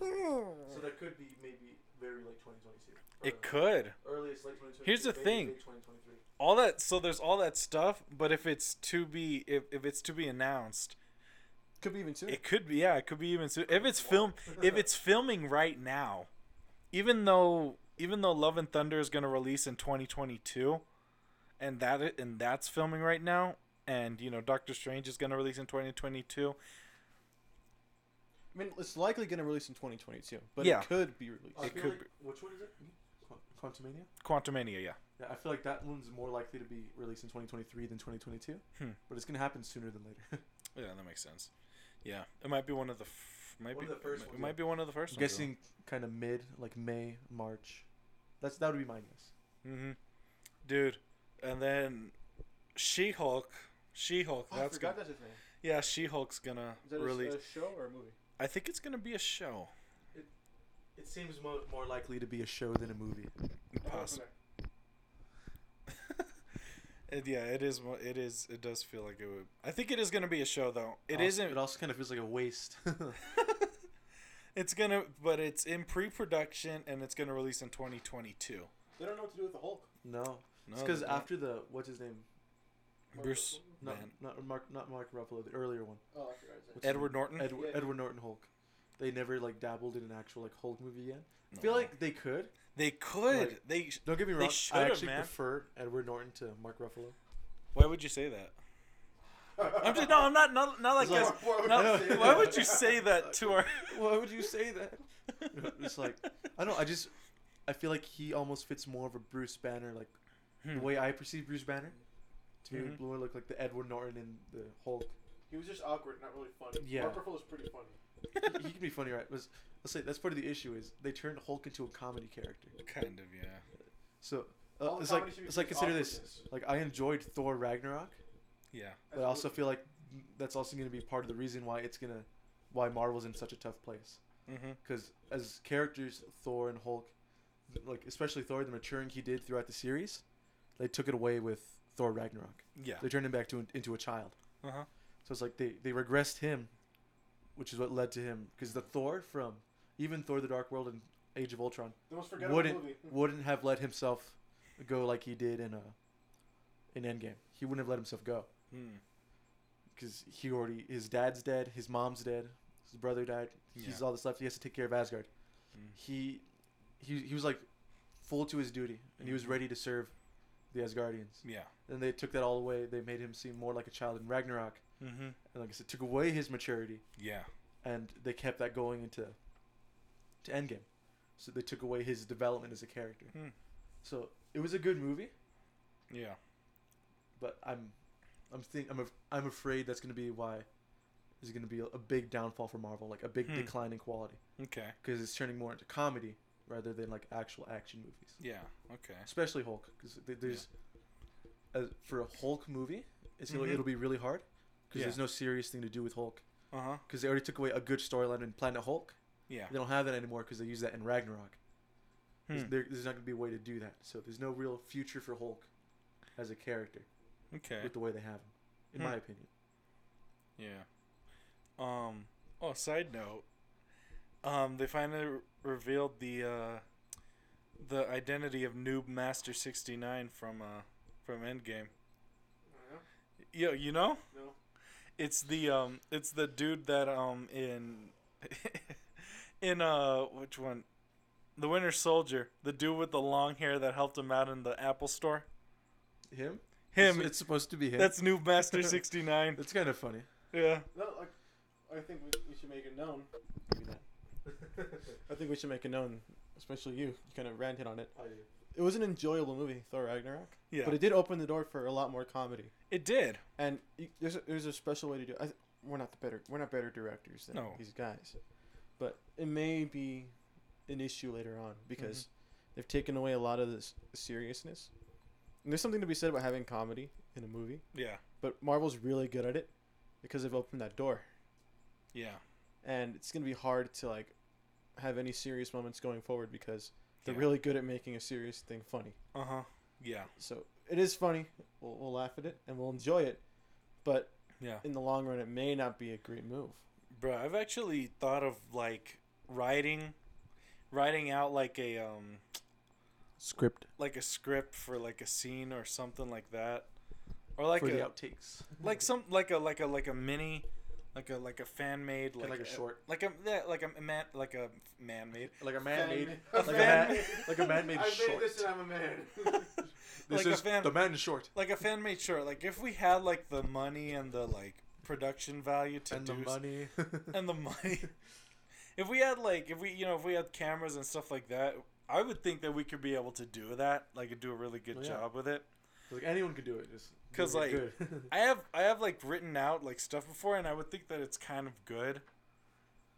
So that could be maybe very late 2022. It could. Earliest late 2022. Here's the maybe thing. late 2023. All that, so there's all that stuff, but if it's to be, if, if it's to be announced, Could be even sooner. it could be, yeah, it could be even soon. If it's film, if it's filming right now, even though, even though Love and Thunder is gonna release in 2022, and that, i- and that's filming right now, and you know, Doctor Strange is gonna release in 2022. I mean, it's likely gonna release in 2022, but Yeah. it could be released. I It feel could like, Which one is it? Qu- Quantumania? Quantumania, yeah. Yeah, I feel like that one's more likely to be released in 2023 than 2022. Hmm. But it's gonna happen sooner than later. Yeah, that makes sense. Yeah, it might be one of the f- might One be of the first it ones, might yeah. be one of the first. I'm guessing kind of mid, like May, March. That's that would be my guess. hmm Dude, and then She Hulk. She Hulk. oh, I that's forgot gonna. that's a thing. Yeah, She Hulk's gonna Is that a- release. a, show or a movie? I think it's gonna be a show. It seems mo- more Oh, likely to be a show than a movie. I don't Possible. know. It, yeah, it is. mo- It is. It does feel like it would. I think it is going to be a show though. It Al- isn't. It also kind of feels like a waste. <laughs> It's gonna, but it's in pre-production and it's gonna release in 2022. They don't know what to do with the Hulk. no, No, it's because they don't. after the what's his name? Bruce, Not Man. not Mark, not Mark Ruffalo, the earlier one, Oh, I forgot his name. What's- Edward Norton. Edward Yeah, yeah. Edward Norton Hulk. They never like dabbled in an actual like Hulk movie yet. I feel No. like they could. they could. they. sh- Don't get me They wrong. I should've, actually man. prefer Edward Norton to Mark Ruffalo. Why would you say that? I'm just no. I'm not. Not, not like. this. It's like- Why would no, you say why that? would you say that to <laughs> our? Why would you say that? It's like- I don't. know, I just I feel like he almost fits more of a Bruce Banner like Hmm. the way I perceive Bruce Banner. To me, Mhm. more look like the Edward Norton and the <laughs> Hulk. <laughs> He was just awkward, not really funny. Yeah. Mark Ruffalo's pretty funny. he he can be funny, right? But let's say that's part of the issue is they turned Hulk into a comedy character. kind of. Yeah. So uh, All the it's like comedy should be it's like just consider this. Like awkwardness. I enjoyed Thor Ragnarok, Yeah. but I also <laughs> feel like that's also going to be part of the reason why it's gonna why Marvel's in such a tough place. Mm-hmm. Because as characters, Thor and Hulk, like especially Thor, the maturing he did throughout the series, they took it away with Thor Ragnarok. Yeah. They turned him back to an, into a child. Uh huh. So it's like they, they regressed him, which is what led to him. Because the Thor from even Thor: The Dark World and Age of Ultron the most forgettable wouldn't movie. <laughs> wouldn't have let himself go like he did in uh in Endgame. He wouldn't have let himself go Hmm. because he already his dad's dead, his mom's dead, his brother died. He's Yeah. all that's left. He has to take care of Asgard. Mm. He he he was like full to his duty and he was Mhm. ready to serve the Asgardians. Yeah. Then they took that all away. They made him seem more like a child in Ragnarok, Mm-hmm. and like I said, took away his maturity Yeah. and they kept that going into to Endgame. So they took away his development as a character. Hmm. So it was a good movie, Yeah. but I'm I'm think I'm af- I'm afraid that's going to be why there's going to be a, a big downfall for Marvel, like a big Hmm. decline in quality Okay. because it's turning more into comedy rather than like actual action movies. Yeah. Okay. Especially Hulk because there's uh, for a Hulk movie, it's gonna Mhm. it'll be really hard because Yeah. there's no serious thing to do with Hulk Uh huh. because they already took away a good storyline in Planet Hulk. Yeah. They don't have that anymore because they use that in Ragnarok. There's- Hmm. There, there's not going to be a way to do that. So there's no real future for Hulk as a character Okay. with the way they have him, in Hmm. my opinion. Yeah. Um. Oh, side note. Um, they finally r- revealed the uh, the identity of Noob Master sixty nine from uh from Endgame. I Yo, you know, don't know. it's the um, it's the dude that um in <laughs> in uh which one, the Winter Soldier, the dude with the long hair that helped him out in the Apple Store. Him? Him. It's, it's supposed to be him. That's, that's Noob Master sixty nine. kind of funny. Yeah. No, no. Like, I think we, we should make it known. I think we should make it known, especially you. You kind of ranted on it. I do. It was an enjoyable movie, Thor Ragnarok, Yeah. but it did open the door for a lot more comedy. it did. And y- there's a, there's a special way to do. It. I, th- we're not the better we're not better directors than No. these guys, but it may be an issue later on because they've taken away a lot of this seriousness. And there's something to be said about having comedy in a movie, Yeah. but Marvel's really good at it because they've opened that door, Yeah. and it's gonna be hard to like have any serious moments going forward because they're Yeah. really good at making a serious thing funny. Uh huh. Yeah. So it is funny. We'll, we'll laugh at it and we'll enjoy it, but Yeah. in the long run, it may not be a great move. Bro, I've actually thought of like writing, writing out like a um Script like a script for like a scene or something like that, or like for the a outtakes. like some like a like a like a mini, like a like a fan made Kinda like, like a short. like a yeah, like a man like a man made Like a man made. Fan- Like a fan- man, like a man made I made short. this and I'm a man. This like a is fan- the man in short. like a fan made short. Like if we had like the money and the like production value to And do the s- money. and the money. <laughs> if we had like if we you know if we had cameras and stuff like that, I would think that we could be able to do that. Like and do a really good Well, Oh, yeah. job with it. like anyone could do it. Just 'Cause, do it like, good. I have I have like written out like stuff before, and I would think that it's kind of good.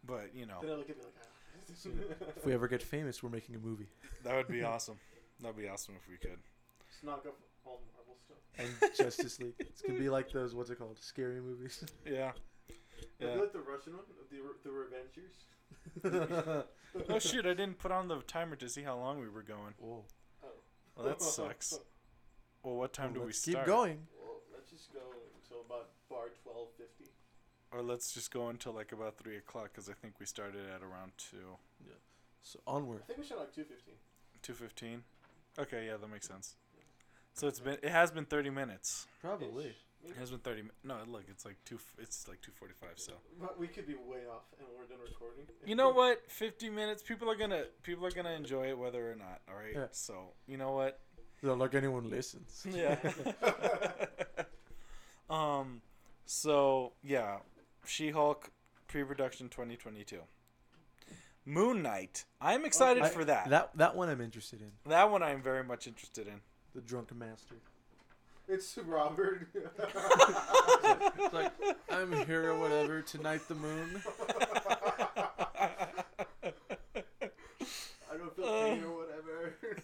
But you know Then I look at me like, ah. if we ever get famous, we're making a movie. that would <laughs> be awesome. That'd be awesome if we could. Just knock off all Marvel stuff. And Justice League. It's gonna be like those what's it called? Scary movies. Yeah. I <laughs> Yeah. feel like <laughs> the Russian one, the Re- the Revengers. Oh shoot! I didn't put on the timer to see how long we were going. Whoa. Well, that sucks. Well, what time do we Let's start? Keep going. Well, let's just go until about bar twelve fifty. Or let's just go until like about three o'clock because I think we started at around two, So onward. I think we should like two fifteen. two fifteen. Okay, yeah, that makes sense. So it's been it has been thirty minutes. Probably. It has been thirty. mi- No, look, it's like two. f- It's like two forty five. So But we could be way off, and we're done recording. you know what? Fifty minutes. People are gonna people are gonna enjoy it whether or not. All right. Yeah. So you know <laughs> what? Not like anyone listens. Yeah. <laughs> um. So yeah, She Hulk pre production twenty twenty two. Moon Knight. I'm excited I- for that. that. That that one I'm interested in. one I'm very much interested in. The drunken master. <laughs> It's Robert. <laughs> It's like I'm here or whatever. Tonight the moon. I don't feel Uh. pain or whatever. <laughs>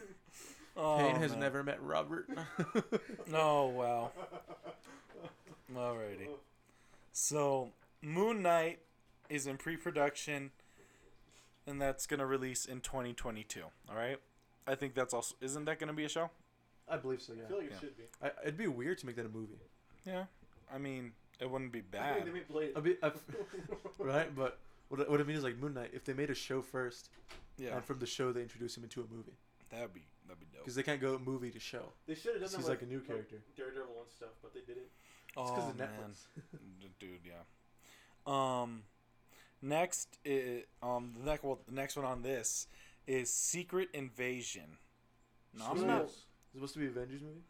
Oh, Kane has man. never met Robert. Oh wow. Alrighty. So Moon Knight is in pre-production, and that's gonna release in 2022. All right. I think that's also. Isn't that gonna be a show? I believe so. I feel like it Yeah. should be. I, it'd be weird to make that a movie. Yeah. I mean, it wouldn't be I think bad. they made Blade. <laughs> A bit, I f- right? But what I- what I mean is like Moon Knight. If they made a show first, Yeah. and from the show they introduce him into a movie, That'd be that'd be dope. because they can't go movie to show. They should have done This that. is with, like a new character. Daredevil and stuff, but they didn't. It's oh because of Netflix. man, D- dude, yeah. Um, next, i um, the next well, the next one on this is Secret Invasion. No, I'm Sure. not. Is it supposed to be an Avengers movie?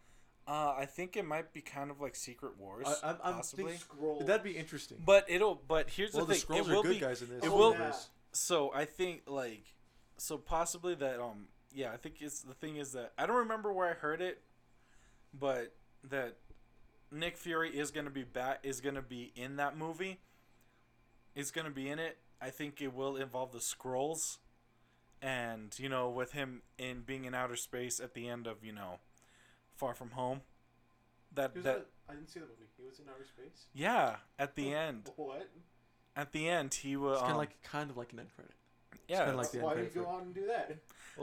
Uh, I think it might be kind of like Secret Wars, I- I'm- I'm possibly. thinking- Scroll. That'd be interesting. But it'll. But here's well, the the thing. scrolls it are will good be. guys in this. it Oh, will- yeah. So I think like, so possibly that um yeah I think it's the thing is that I don't remember where I heard it, but that Nick Fury is gonna be bat is gonna be in that movie. Is gonna be in it. I think it will involve the scrolls, and you know with him in being in outer space at the end of you know, Far From Home. That He was that in a- I didn't see the movie. He was in outer space. yeah at the end What? at the end he will It's um, kind of like kind of like an end credit. yeah kinda like the Why end did credits you go were- on and <laughs> do that?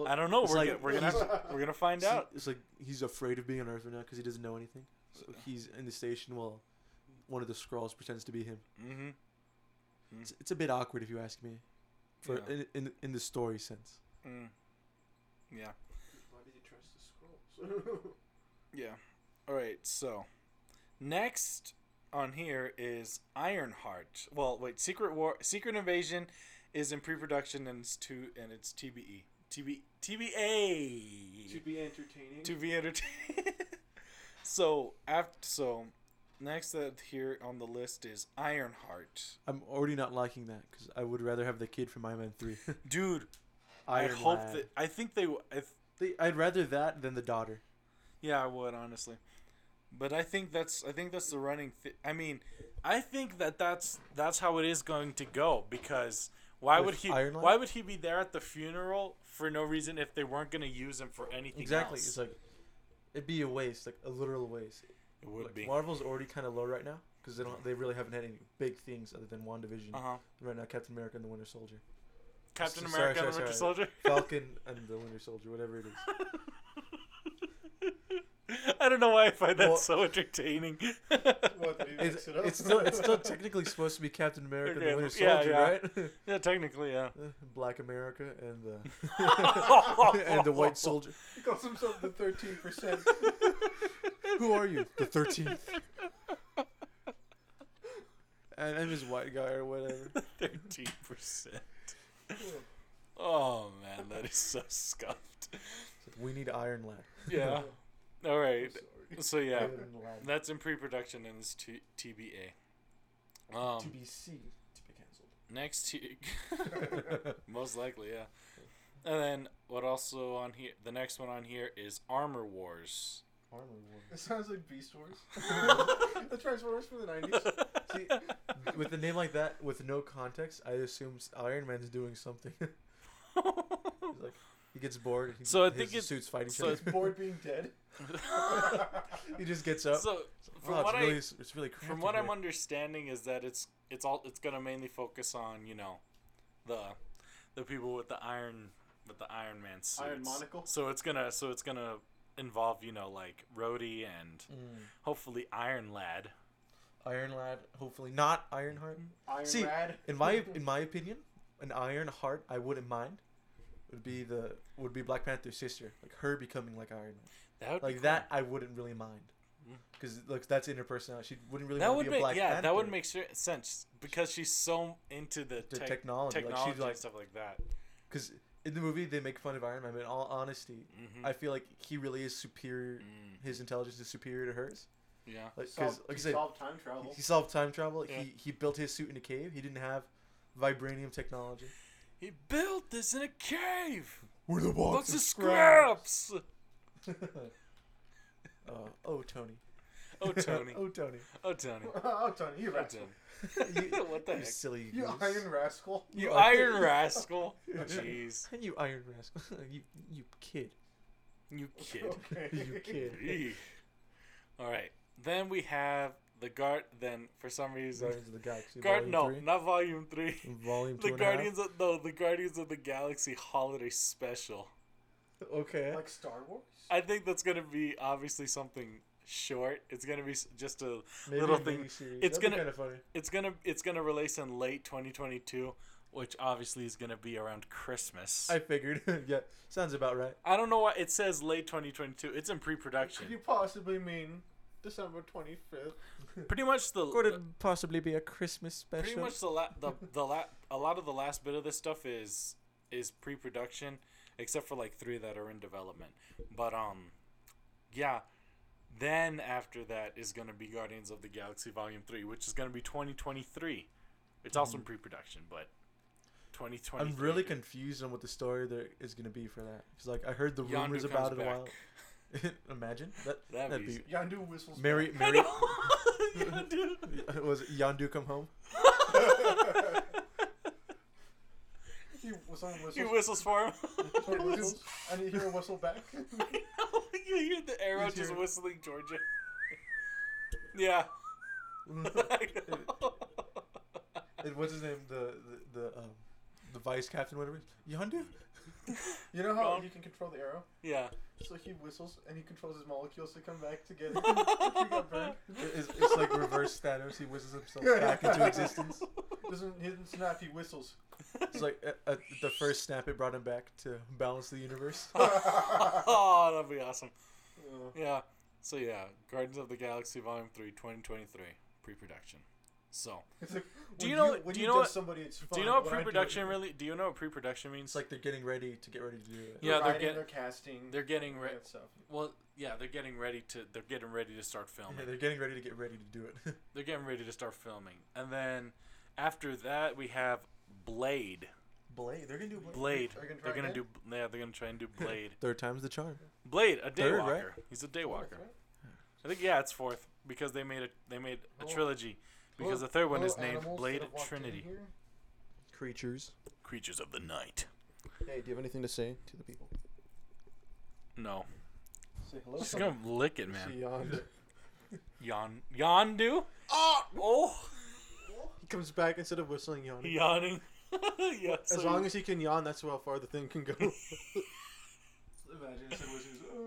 I don't know. It's We're, like- gonna, we're gonna have <laughs> to, we're gonna find It's- out. It's like he's afraid of being on Earth right now because he doesn't know anything. So he's in the station while one of the scrolls pretends to be him. Mm-hmm. It's, it's a bit awkward if you ask me, for Yeah. in, in in the story sense. Mm. Yeah. Why did you trust the <laughs> scrolls? Yeah. All right. So next on here is Ironheart. Well, wait. Secret War, Secret Invasion, is in pre-production and it's to and it's E. TBE, TB, to TBA be entertaining. to be entertained. <laughs> so after so next that here on the list is Ironheart. I'm already not liking that because I would rather have the kid from Iron Man Three. Dude, <laughs> I Iron hope Lad. that I think they. w- I th- They, I'd rather that than the daughter. Yeah, I would honestly, but I think that's I think that's the running. Th- I mean, I think that that's that's how it is going to go because why With would he Iron Lad? why would he be there at the funeral for no reason if they weren't going to use him for anything? Exactly. else? It's like it'd be a waste, like a literal waste. it would Like, be. Uh Marvel's already kind of low right now because they don't. They really haven't had any big things other than WandaVision. huh. Right now, Captain America and the Winter Soldier, Uh-huh. <laughs> Captain sorry, America sorry, and the Winter sorry. Soldier. Falcon and the Winter Soldier, whatever it is. <laughs> I don't know why I find that Well- so entertaining. <laughs> What, did he It's, mix <laughs> it up? it's still it's still technically supposed to be Captain America and the Okay, Winter yeah, Soldier, yeah, technically, yeah. right? Black America and the <laughs> and the <laughs> White Soldier. He calls himself the thirteen percent. Who are you? The <laughs> Thirteenth. And I'm his white guy or whatever. Thirteen percent. Oh man, that is so scuffed. We need Iron Lad. <laughs> Yeah. All right. Sorry. So yeah, Iron Lad. that's in pre-production and it's t- TBA. Um, to be C to be canceled. <laughs> next year, <laughs> most likely, yeah. And then what also on here? The next one on here is Armor Wars. <laughs> Armor It sounds like Beast Wars. the Transformers from the nineties. See, with a name like that, with no context, I assume s- Iron Man's doing something. <laughs> He's like, he gets bored. He, So I his think it's- suits fighting so each it's other. <laughs> Bored being dead. he just gets up. so from Wow, it's what really, I s- it's really from cramped what in I'm here. understanding is that it's it's all it's gonna mainly focus on you know, the, the people with the iron with the Iron Man suits. Iron monocle? So it's gonna so it's gonna involve you know like Rhodey and Mm. hopefully Iron Lad. Iron Lad, hopefully not Ironheart. Iron See, Rad. <laughs> In my in my opinion, an Iron Heart I wouldn't mind. Would be the would be Black Panther's sister, like her becoming like Iron Man, That would be like cool. that. I wouldn't really mind, Mm. because like that's in her personality. She wouldn't really that want would to be make a Black yeah Panther. that would make ser- sense because she's so into the, the tech- technology. technology Like she's like and stuff like that. because in the movie they make fun of Iron Man. But in all honesty, Mm-hmm. Mm, I feel like he really is superior. His intelligence is superior to hers. yeah, Like Solve- because like I he said, solved time travel. he solved time travel. Yeah. He he built his suit in a cave. He didn't have vibranium technology. he built this in a cave. We're the Lots of scraps. uh, <laughs> oh Tony. Oh Tony. <laughs> oh <laughs> Tony. Oh <laughs> Tony. <laughs> oh, Tony, you Oh rascal. Tony. You, What the you heck? silly You goose. iron <laughs> rascal. You <laughs> iron rascal. Jeez, You iron rascal. <laughs> you you kid. <laughs> <laughs> you kid. Okay. You kid. <laughs> Eek. All right. Then we have the guard. Then for some reason, Guardians of the Galaxy. guard. No, Volume three, not volume three. Volume <laughs> two The and a half. Guardians of no, the Guardians of the Galaxy holiday special. Okay. Like Star Wars? I think that's gonna be obviously something short. It's gonna be s- just a. Maybe little a thing- miniseries. it's That'd be gonna- kind of funny. It's gonna. It's gonna release in late 2022, which obviously is gonna be around Christmas. <laughs> I figured. <laughs> yeah, sounds about right. I don't know why it says late 2022. It's in Could <laughs> pre-production. you possibly mean December 25th? Pretty much the Could it possibly be a Christmas special? pretty much the la- the the la- a lot of the last bit of this stuff is is pre-production except for like three that are in development but um yeah then after that is going to be guardians of the galaxy volume 3 which is going to be 2023 it's also in pre-production but 2023 Mm-hmm. I'm really confused on what the story there is gonna be for that. Cause like I heard the Yondu rumors comes about it back. a while. <laughs> Imagine that. <laughs> That'd That'd be- <laughs> be Yandu whistles. Mary. I Mary <laughs> know. <laughs> Yondu. was it Yondu <laughs> come home? <laughs> He, someone whistles. <laughs> he whistles for <laughs> him Someone whistles. I need to hear a whistle back. I know. you hear the arrow He's just here. whistling georgia <laughs> yeah <laughs> I know. And <laughs> what's his name? The the the, um, the vice captain, whatever. Yondu. You know how Um, you can control the arrow? <laughs> yeah <laughs> So he whistles and he controls his molecules to come back together. He got burned. It- It's, it's like reverse Thanos. He whistles himself back into existence. Doesn't he doesn't snap? He whistles. It's like at, at the first snap, it brought him back to balance the universe. oh, that'd be awesome. Uh, Yeah. So yeah, Guardians of the Galaxy Volume 3 2023 pre-production. So, it's like, Do when you know- When do you you know dust what- Somebody, it's fun. do you know what When I do it, pre-production really do you know what pre-production means? It's like they're getting ready to get ready to do it. Yeah, they're writing, getting- they're casting. they're getting all re- that stuff. well, yeah, they're getting ready to they're getting ready to start filming. Yeah, they're getting ready to get ready to do it. <laughs> They're getting ready to start filming. And then after that, we have Blade. Blade. They're gonna do Blade. Blade. Are they gonna They're try going to do again? yeah, they're going to try <laughs> and do Blade. Third time's the charm. Blade, a Third, daywalker. right? He's a daywalker. Right? I think yeah, it's fourth because they made a they made a Oh. trilogy because Hello- the third one hello is named animals Blade that have walked in Trinity. here. Creatures. Creatures of the Night. Hey, do you have anything to say to the people? No. Say hello. She's gonna lick it, man. She uh, yawned. Yon Yondu? Oh, oh. <laughs> he comes back instead of whistling, yawning. yawning. <laughs> yeah, As long as he can yawn, that's how far the thing <laughs> can <laughs> go. Imagine <laughs> if it was just. oh,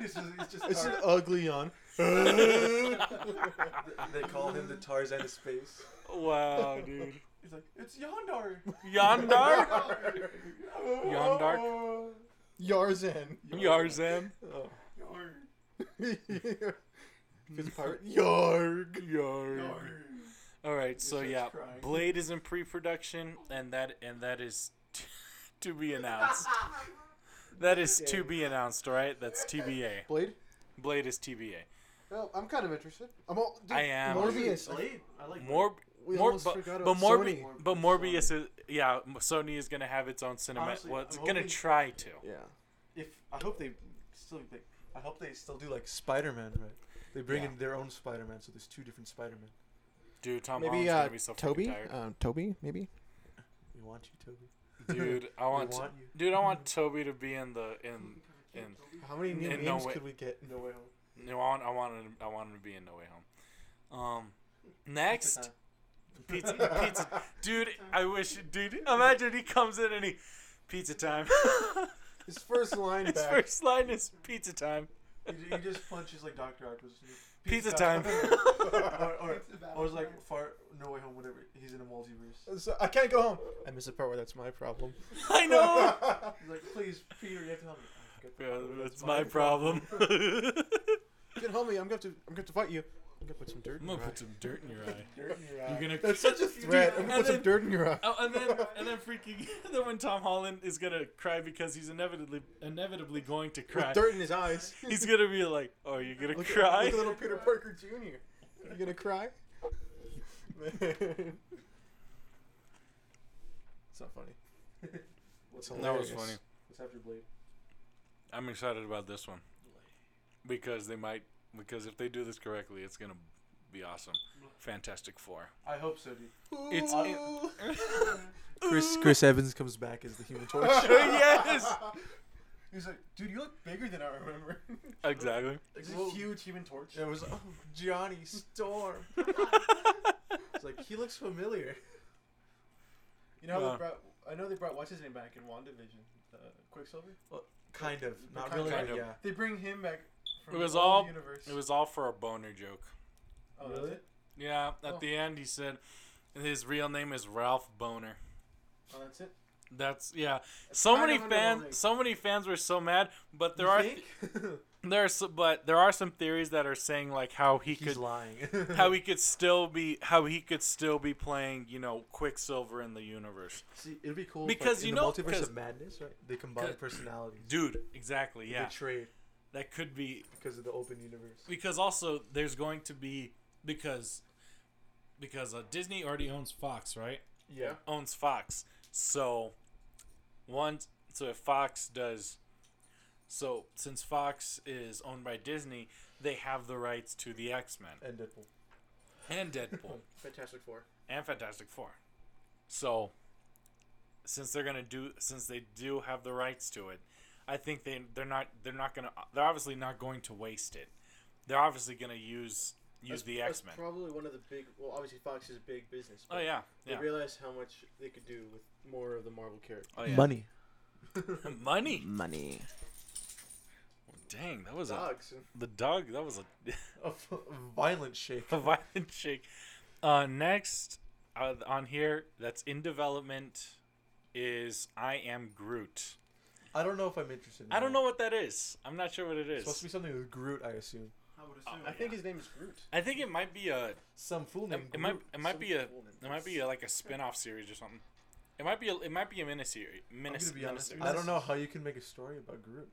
He's just, he's just it's an tired. ugly <laughs> yawn. <laughs> They call him the Tarzan of space. <laughs> wow, dude. He's like, it's Yondar. <laughs> Yondar? <laughs> Yondark? Yarzan. <laughs> Yarzan? Oh. Yar. He's a pirate. Yarg. Yarg. Yar. All right, so starts yeah, crying. Blade is in pre-production, and that and that is t- <laughs> to be <laughs> announced. That is to be announced, all right? That's TBA. Blade? Blade is TBA. Well, I'm kind of interested. I'm all, dude, I am. Morbius. I like More, We more, almost but, forgot but about Morbi- Sony. but Morbius is yeah. M- Sony is gonna have its own cinema. Honestly, well, it's I'm gonna hoping- try to. Yeah. If I hope they still, like, I hope they still do like Spider-Man, right? They bring Yeah. in their own Spider-Man, so there's two different Spider-Man. Dude, Tom Maybe Holland's uh, gonna be so fucking Toby? tired. Um, Toby, <laughs> maybe? We want you, Toby. Uh, <laughs> dude, I want, we to, want you. dude, I want Mm-hmm. Toby to be in the in in. How many new And names no way- could we get? No way home. No, I want, I want him, I want him to be in No Way Home. Um, next, <laughs> <laughs> <laughs> pizza, pizza, dude, I wish, dude, imagine he comes in and he, Pizza time. His first line His back. first line is pizza time. He, ju- he just punches like <laughs> Doctor Octopus. Pizza time. or or, It's about or it's like time. Far No Way Home. Whatever. He's in a multiverse. So I can't go home. I miss the part where that's my problem. <laughs> I know. He's like, please, Peter, you have to help me. "Oh, good Yeah, problem, that's my problem. <laughs> I'm Get home, me. I'm going to. I'm going to fight you. I'm going to put some dirt. In gonna your eye. put some dirt in your eye. Dirt in your eye. You're gonna. That's <laughs> such a threat. I'm And going to put some then- dirt in your eye. Oh, and then and then freaking <laughs> then when Tom Holland is gonna cry because he's inevitably inevitably going to cry. With dirt in his eyes. He's gonna be like, "Oh, you're gonna Look at- cry." Look at little Peter Parker Jr. Are you gonna cry? Man. It's not funny. What's, That that was hilarious. funny. what's after Blade? I'm excited about this one because they might because if they do this correctly, it's gonna be awesome. Fantastic <laughs> Four. I hope so, dude. It's- Ooh. Chris Chris Evans comes back as the Human Torch. <laughs> yes, He's like, dude, you look bigger than I remember. exactly. It's Whoa. a huge Human Torch. It was oh, Johnny <laughs> Storm. It's like he looks familiar. You know, how Yeah. they brought, I know they brought what's his name back in WandaVision, uh, Quicksilver. Kind of, not Kind really. of. but Yeah. They bring him back. From It was the all- universe. It was all for a boner joke. oh, that's Really? it? Yeah, at Oh. the end he said his real name is Ralph Boner. Oh, that's it. That's yeah. It's So kind many of underwhelming. fans, so many fans were so mad, but there are <laughs> there are so, but there are some theories that are saying like how he He's could <laughs> lying. how he could still be how he could still be playing you know Quicksilver in the universe. See, it'd be cool Because if, like, you in know- the multiverse because- of madness, right? They combine 'cause- personalities. Dude, exactly. Yeah, Betrayed that could be because of the open universe. because also there's going to be because because uh, Disney already owns Fox, right? Yeah. owns Fox. So once so if Fox does so since Fox is owned by Disney, they have the rights to the X Men And Deadpool. and Deadpool Fantastic Four. and Fantastic Four. So since they're gonna do since they do have the rights to it, I think they they're not they're not gonna they're obviously not going to waste it. They're obviously gonna use use That's- the that's X Men. Probably one of the big. Well, obviously Fox is a big business. Oh yeah, They yeah. realized how much they could do with more of the Marvel character. Oh, yeah. Money. Money. Money. Dang, that was a Dogs. the dog. That was a <laughs> A f- <laughs> violent shake. a violent shake. Uh, next uh, on here, that's in development, is I Am Groot. I don't know if I'm interested. In I don't that. know what that is. I'm not sure what it It's supposed to is. be something with Groot, I assume. I would assume. I think Oh, yeah. his name is Groot. I think it might be a. Some fool It, named it might. Groot. It might Some be a. cool name. It might be a, like a spin-off series or something. It might be. A, it might be a miniseries. I'm Minis- gonna be honest. miniseries. I don't know how you can make a story about Groot.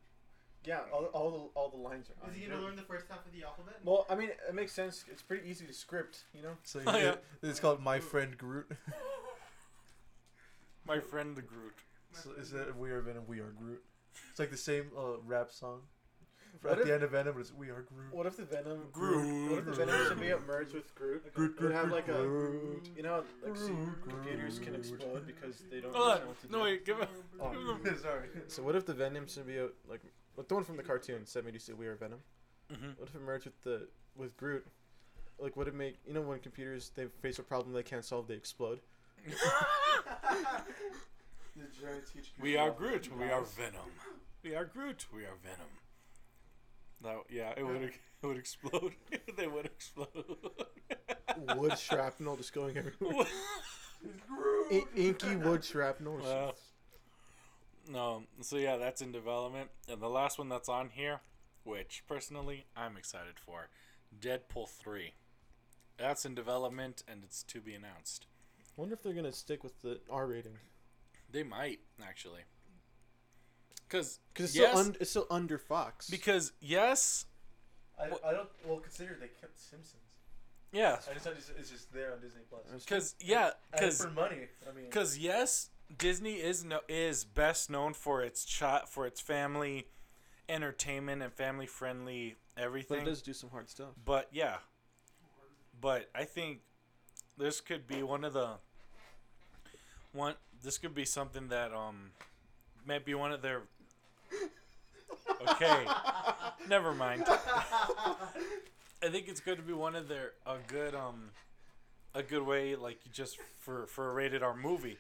Yeah, all, all the all the lines are. Is he on gonna Groot. learn the first half of the alphabet? Well, I mean, it makes sense. It's pretty easy to script, you know. So <laughs> Oh, yeah. it's called My Friend Groot. <laughs> My friend the Groot. So is that we are Venom? We are Groot. It's like the same uh, rap song. For What at if- the end of Venom, but it's We Are Groot. What if the Venom? Hmm. Groot. What if the Venom symbiote merged with Groot? Groot, It would have like a. Groot. You know, like see, Groot, computers can Groot. explode because they don't Hold on. understand what to do. No wait. <laughs> Give him. Oh. Give him. <laughs> <laughs> Sorry. So what if the Venom symbiote, like, like the one from the cartoon, said me to say we are Venom? Mhm. What if it merged with the with Groot? Like, would it make you know when computers they face a problem they can't solve, they explode? We are Groot. We are Venom. We are Groot. We are Venom. That yeah, it would it would explode. <laughs> they would explode. Wood <laughs> shrapnel just going everywhere. <laughs> Groot. In- inky wood shrapnel. Wow. no, so yeah, that's in development, and the last one that's on here, which personally I'm excited for, Deadpool three. That's in development and it's to be announced. wonder if they're gonna stick with the R rating They might actually, because because it's yes, still un- it's still under Fox. because yes, I, What- I don't. Well, consider they kept Simpsons. yeah, I just it's, it's just there on Disney Plus. because yeah, And because for money, I mean. Because yes, Disney is no is best known for its chi- for its family entertainment and family friendly but everything. it does do some hard stuff. But, yeah, but I think this could be one of the one. This could be something that um might be one of their. <laughs> Okay, never mind. I think it's going to be one of their a good um a good way like just for for a rated R movie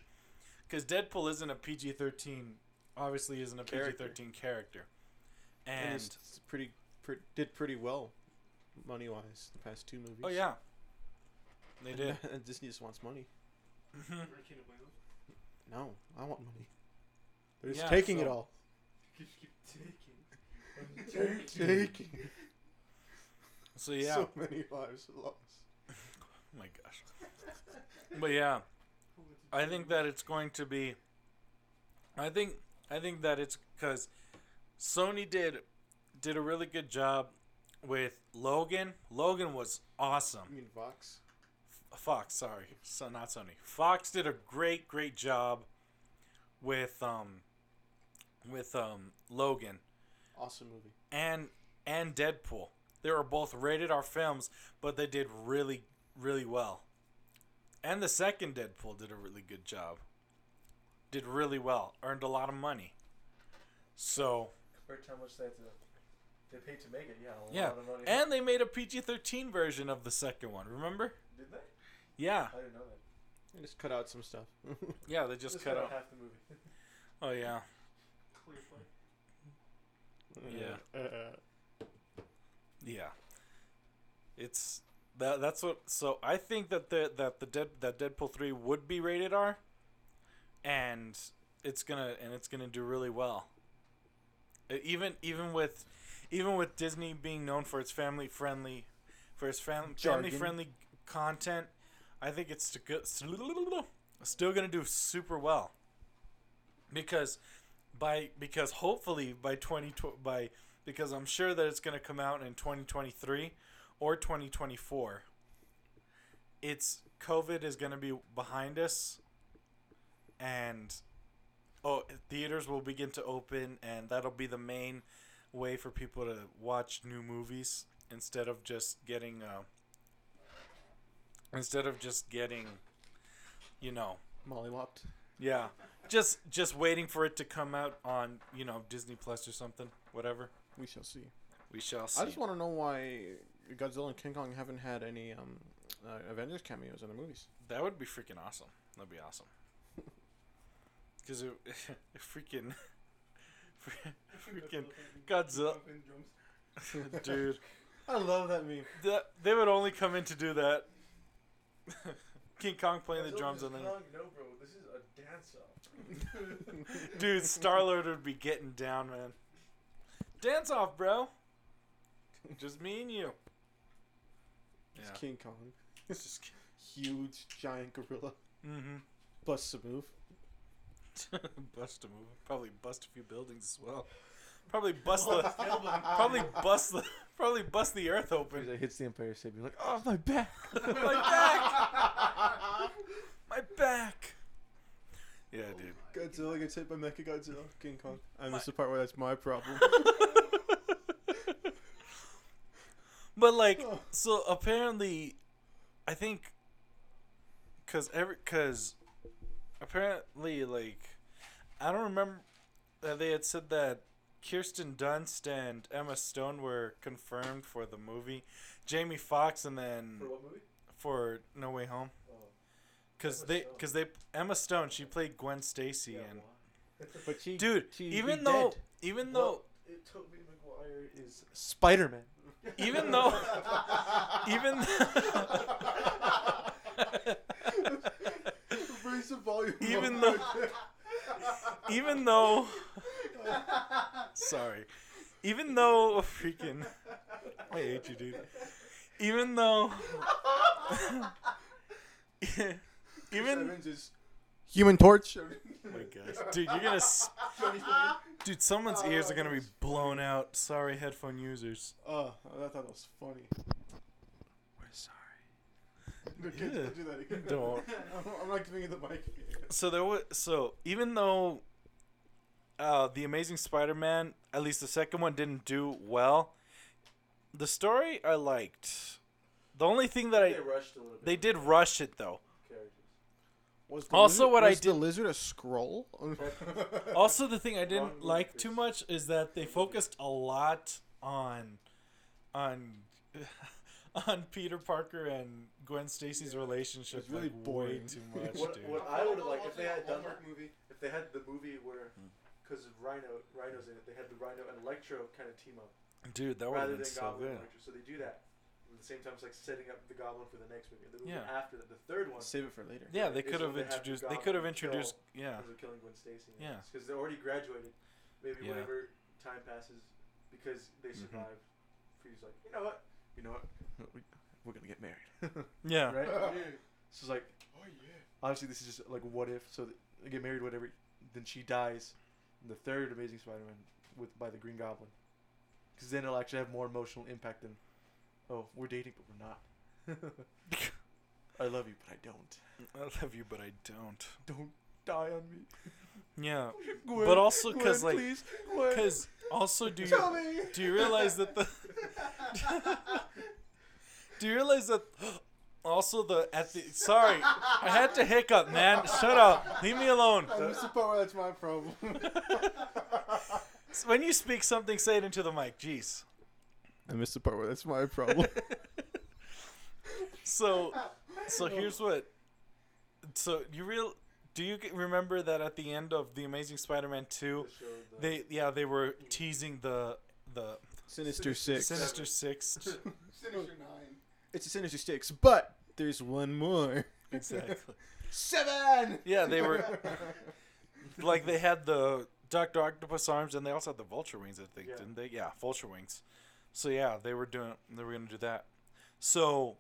because Deadpool isn't a PG thirteen obviously isn't a PG Character. thirteen character, And, and it's, it's pretty, pre- did pretty well, money wise, the past two movies. oh yeah, they <laughs> And did. Disney just wants money. Mhm. Remember Kingdom Hearts? No, I want money. They're just Yeah, taking it so- all. Keep, keep taking. <laughs> taking. so yeah, So many lives lost. oh my gosh, but yeah, I think that it's going to be. I think I think that it's because Sony did did a really good job with Logan. Logan was awesome. I mean, Vox. Fox, sorry, so not Sony. Fox did a great, great job with um with um Logan Awesome movie. and and Deadpool. They were both rated R films, but they did really, really well. And the second Deadpool did a really good job. Did really well. Earned a lot of money. So Compared to how much they had to, they paid to make it, yeah, a Yeah, lot of money. and they made a PG thirteen version of the second one. Remember? did they? Yeah, I didn't know that. I just cut out some stuff. yeah. They just cut out. half the movie. Oh yeah. Clear play. Yeah. Uh, Yeah. It's that that's what so I think that the that the dead that Deadpool 3 would be rated R and it's going to and it's going to do really well. E- Even even with even with Disney being known for its family friendly for its fam- family Jargon. friendly content, I think it's to go- still going to do super well. Because by because hopefully by 20 by because I'm sure that it's going to come out in 2023 or 2024. It's COVID is going to be behind us and oh theaters will begin to open and that'll be the main way for people to watch new movies instead of just getting uh, instead of just getting you know Mollywopped. yeah. Just just waiting for it to come out on, you know, Disney Plus or something, whatever. We shall see. We shall see. I just want to know why Godzilla and King Kong haven't had any um, uh, Avengers cameos in the movies. that would be freaking awesome. That'd be awesome. Cuz it, <laughs> it freaking <laughs> freaking <laughs> <laughs> Godzilla dude. I love that <laughs> meme. That, they would only come in to do that. <laughs> King Kong playing the drums and then No, bro, this is a dance off. <laughs> dude, Star-Lord would be getting down, man. Dance off, bro. Just me and you. It's Yeah. King Kong, <laughs> It's just huge giant gorilla, mhm. busts a move. <laughs> bust a move. Probably bust a few buildings as well. Probably bust the. probably bust the. Probably bust the earth open. It hits the Empire State. You're "Ah, like, oh my back. my back. My back. Yeah, dude. Godzilla gets hit by Mecha Godzilla. King Kong. I missed the part where that's <laughs> my problem. But like, Oh. so apparently, I think, cause every cause, apparently, like, I don't remember that they had said that Kirsten Dunst and Emma Stone were confirmed for the movie, Jamie Foxx, and then For what movie? for No Way Home, Oh, cause Emma they Stone. cause they Emma Stone she played Gwen Stacy yeah, and why? but she, dude she'd be even though dead. even though Well, it- Tobey Maguire is Spider-Man. even though <laughs> even <laughs> Raise the volume. even though even though sorry even though freaking i hate you dude even though <laughs> even <laughs> Avengers. Human <laughs> Torch. oh my gosh dude you're gonna s- Oh, dude someone's ears are gonna be blown out sorry headphone users Oh, I thought that was funny. we're sorry Okay, Yeah. Don't do that again. Don't. I'm, <laughs> I'm not giving you the mic. so there was so even though uh the amazing spider-man at least the second one didn't do well the story i liked the only thing that i they rushed a little bit. they did rush it though with characters. <laughs> Was Also, what I was the did- lizard a scroll? also the thing i Wrong didn't movie, like Chris. too much is that they focused a lot on on <laughs> on peter parker and gwen stacy's relationship It's really like, way <laughs> boring. too much What, dude what I would have liked if they had done that, movie. Hmm. if they had the movie where because of Rhino. Rhino's in it. They had the Rhino and Electro kind of team up Dude, that would have rather been than so Goblin good. and Electro. So they do that. At the same time, it's like setting up the Goblin for the next movie. The movie Yeah. after that, the third one, Save it for later. <laughs> Yeah, they It's could have when they had the introduced. They Goblin could have kill- introduced. Yeah, because of killing Gwen Stacy. Yeah. because they're already graduated. Maybe Yeah. whenever time passes, because they Mhm. survive, Freeze like, you know what, you know what, we're gonna get married, yeah, right? So it's like, Oh yeah. obviously this is just like what if so th- they get married whatever then she dies in the third amazing spider-man with by the green goblin because then it'll actually have more emotional impact than oh we're dating but we're not <laughs> i love you but i don't I love you, but I don't. don't die on me Yeah, Gwen, But also 'cause, Gwen, like- please Gwen, because also do tell you me do you realize that <laughs> the do you realize that also the at the sorry I had to hiccup man shut up leave me alone I missed the part where that's my problem. S- when you speak something say it into the mic jeez I missed the part where that's my problem. so so here's what so you real do you g- remember that at the end of the Amazing Spider-Man two they yeah they were teasing the the <laughs> Sinister Six. Sinister Six <laughs> Sinister Nine. It's a Sinister Six, but there's one more. exactly <laughs> Seven. yeah they <laughs> were like they had the Doctor Octopus arms, and they also had the Vulture wings. I think Yeah. didn't they? Yeah, Vulture wings. So yeah, they were doing. They were gonna do that. So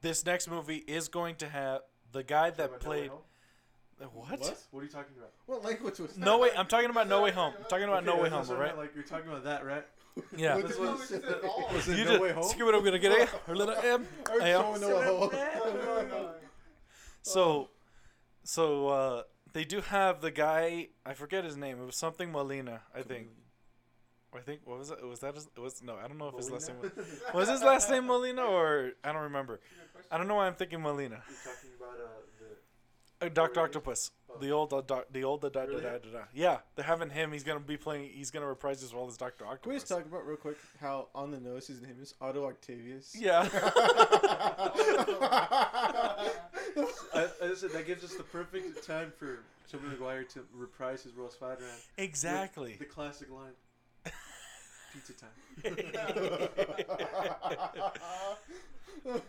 this next movie is going to have the guy Talking that about No Way played Home? Uh, what? what are you talking about What language was that? No way! I'm talking about No Way Home. I'm talking about No Okay, Way that's Home, what I right? meant, like you're talking about that right yeah. What the hell is this at all? Was it You No just- Way Home? see what I'm gonna get at? Or little <laughs> M? I heard I am. someone know oh, a hole. So, so uh, they do have the guy. I forget his name. It was something Molina, I think. I think what was it? Was that his? Was no? I don't know if his last name was. <laughs> Was his last name Molina or I don't remember. I don't know why I'm thinking Molina. you're talking about uh, the Uh, Doctor Octopus, the old uh, doc, the old uh, da, da, Really? da, da, da. Yeah, they're having him. He's gonna be playing. He's gonna reprise his role as Doctor Can we just Octopus. talk about real quick how on the nose his name is Otto Octavius? <laughs> Yeah, <laughs> I, I said that gives us the perfect time for Tobey Maguire to reprise his role as Spider-Man. with exactly. The classic line. Pizza time.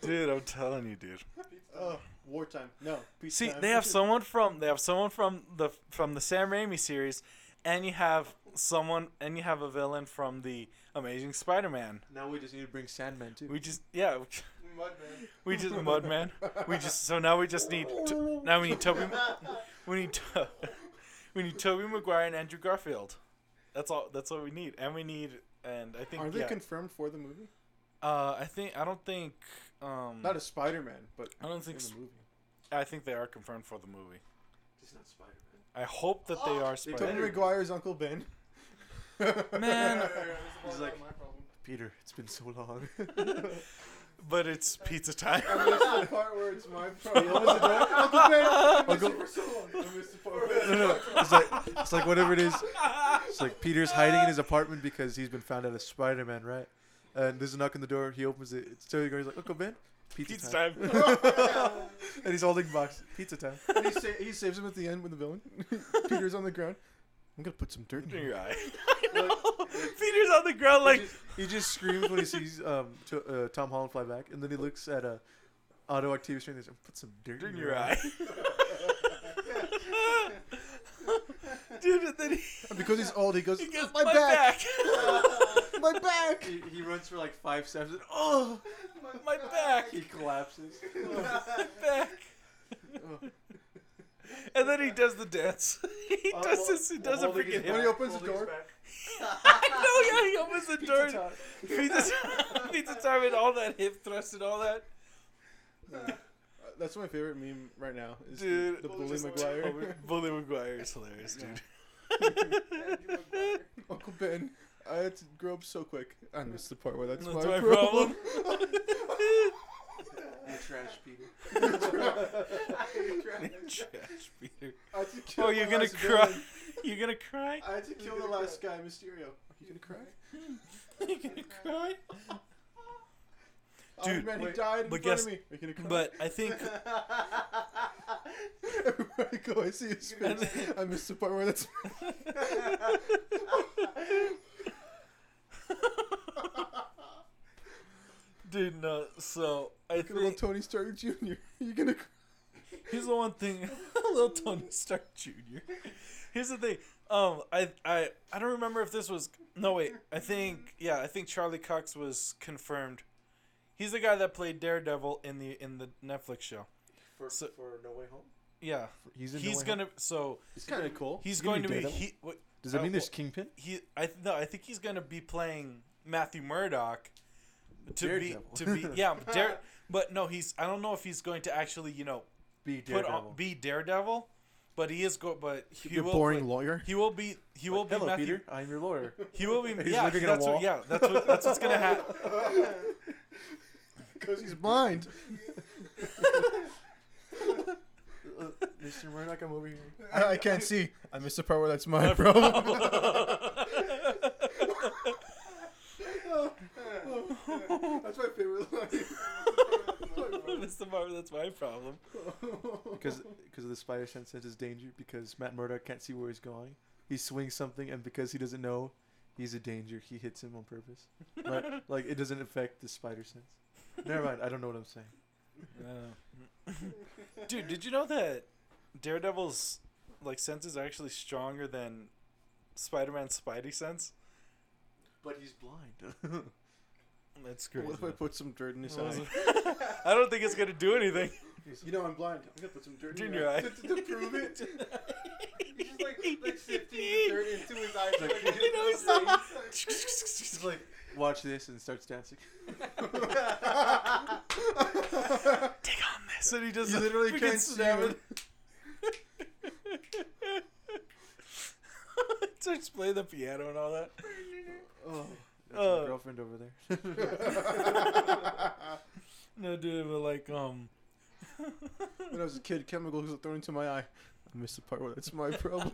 dude, I'm telling you, dude. <laughs> Oh, wartime. No. Peace See, time. they have someone from they have someone from the from the Sam Raimi series, and you have someone and you have a villain from the Amazing Spider-Man. Now we just need to bring Sandman too. We just yeah, we <laughs> just Mudman. We just so now we just need to, now we need Toby. We need to, <laughs> we need Toby Maguire and Andrew Garfield. That's all. That's what we need, and we need and I think <laughs> Are they yeah. confirmed for the movie? uh, I think I don't think um Not as Spider-Man, but I don't in think the s- movie. I think they are confirmed for the movie. Just not <laughs> Spider-Man. I hope that <gasps> they are They Spider. Tobey better- Maguire's Uncle Ben. Man, He's like- <laughs> Peter, it's been so long. but it's pizza time. I missed the part where it's my <laughs> problem. What was it, Doc? Uncle Ben, I missed Uncle- it for so long. I missed the part where no, no. It's like it's like whatever it is. It's like Peter's hiding in his apartment because he's been found out as Spider-Man, right? And there's a knock on the door. He opens it. It's Tobey Maguire. He's like, Uncle Ben, pizza, Pizza time. time. <laughs> <laughs> and he's holding box. Pizza time. And he, sa- he saves him at the end with the villain. Peter's on the ground. I'm gonna put some dirt in In here. your eye. <laughs> I know. <laughs> Peter's on the ground like he just, he just screams when he sees um to, uh, Tom Holland fly back, and then he looks at uh, Otto Octavius Strange and says, "Put some dirt in your eye. <laughs> Dude, and then he, And because he's old, he goes, he gets my, my back, back. <laughs> "Oh, my back. <laughs> He, he runs for like five steps, and oh, my back. he <laughs> collapses. <laughs> My <laughs> back. and then he does the dance. <laughs> he Uh, does well, this. He well, doesn't holding his freaking back, When he hit. opens the holding his door. back. <laughs> I know. Yeah, he opens the door. Pizza time. Pizza time. <laughs> Pizza time and all that hip thrust and all that. Uh, That's my favorite meme right now. Is the- Dude, Oh, the Well, bully just- Maguire. Bully McGuire is hilarious, dude. <laughs> Uncle Ben, I had to grow up so quick. I missed the part where that's, <laughs> That's my, my <laughs> problem. <laughs> You trash, <laughs> Peter. <laughs> Trash, Peter. I had to kill Oh, you're my gonna last cry. villain. You're gonna cry. <laughs> I had to kill the last guy, Mysterio. You gonna cry? You're gonna cry. Dude, Iron Oh, Man, wait, he died in but front guess- of me. Making a cry. <laughs> But I think everywhere I go, I see his face. I missed the part where that's. <laughs> Dude, no. So I little think Tony Stark Jr. <laughs> You're gonna. cry. here's the one thing. <laughs> little Tony Stark Jr. Here's the thing. Um, I I I don't remember if this was no wait. I think yeah. I think Charlie Cox was confirmed. He's the guy that played Daredevil in the in the Netflix show. For, So- for No Way Home? Yeah, He's, he's gonna so It's kind of cool. he's He's gonna going to be be Daredevil? he. What, Does that uh, mean there's wh- Kingpin? he I th- no, I think he's gonna be playing Matthew Murdock to Daredevil. be to be yeah but dare, but no he's I don't know if he's going to actually you know <laughs> Be put Daredevil. on, be Daredevil but he is go but he You're will boring play- <laughs> lawyer. he will be he will be Hello, Matthew Peter. I'm <laughs> your lawyer. he will be <laughs> He's yeah looking at a that's wall. what, yeah that's what, that's what's <laughs> gonna happen Because He's <laughs> blind. Uh, Mr. Murdoch, I'm over here. I, I can't see. I missed the part where that's mine, bro. That's my favorite line. that's the bar, that's my problem Because because of the spider sense senses danger. Because Matt Murdock can't see where he's going. He swings something, and because he doesn't know, he's a danger. He hits him <laughs> on purpose. Like, like it doesn't affect the spider sense. Never mind. I don't know what I'm saying. Dude, did you know that Daredevil's like senses are actually stronger than Spider-Man's Spidey sense? But he's blind. <laughs> That's what if I put some dirt in his eye? <laughs> I don't think it's gonna do <laughs> anything. you know I'm blind. I'm gonna put some dirt in Junior your <laughs> eye eye. to, to <laughs> prove it. He's just like like sifting the dirt into his eyes. Like, You know, he's <laughs> like- <laughs> he's like, watch this, and starts <laughs> dancing. Oh, Take on this, and he just You literally freaking can't see stab <laughs> him. it. Starts playing the piano and all that. <laughs> Oh, that's Uh. my girlfriend over there. <laughs> No, dude, but like, um, When I was a kid, chemicals were thrown into my eye. I missed the part where that's my problem.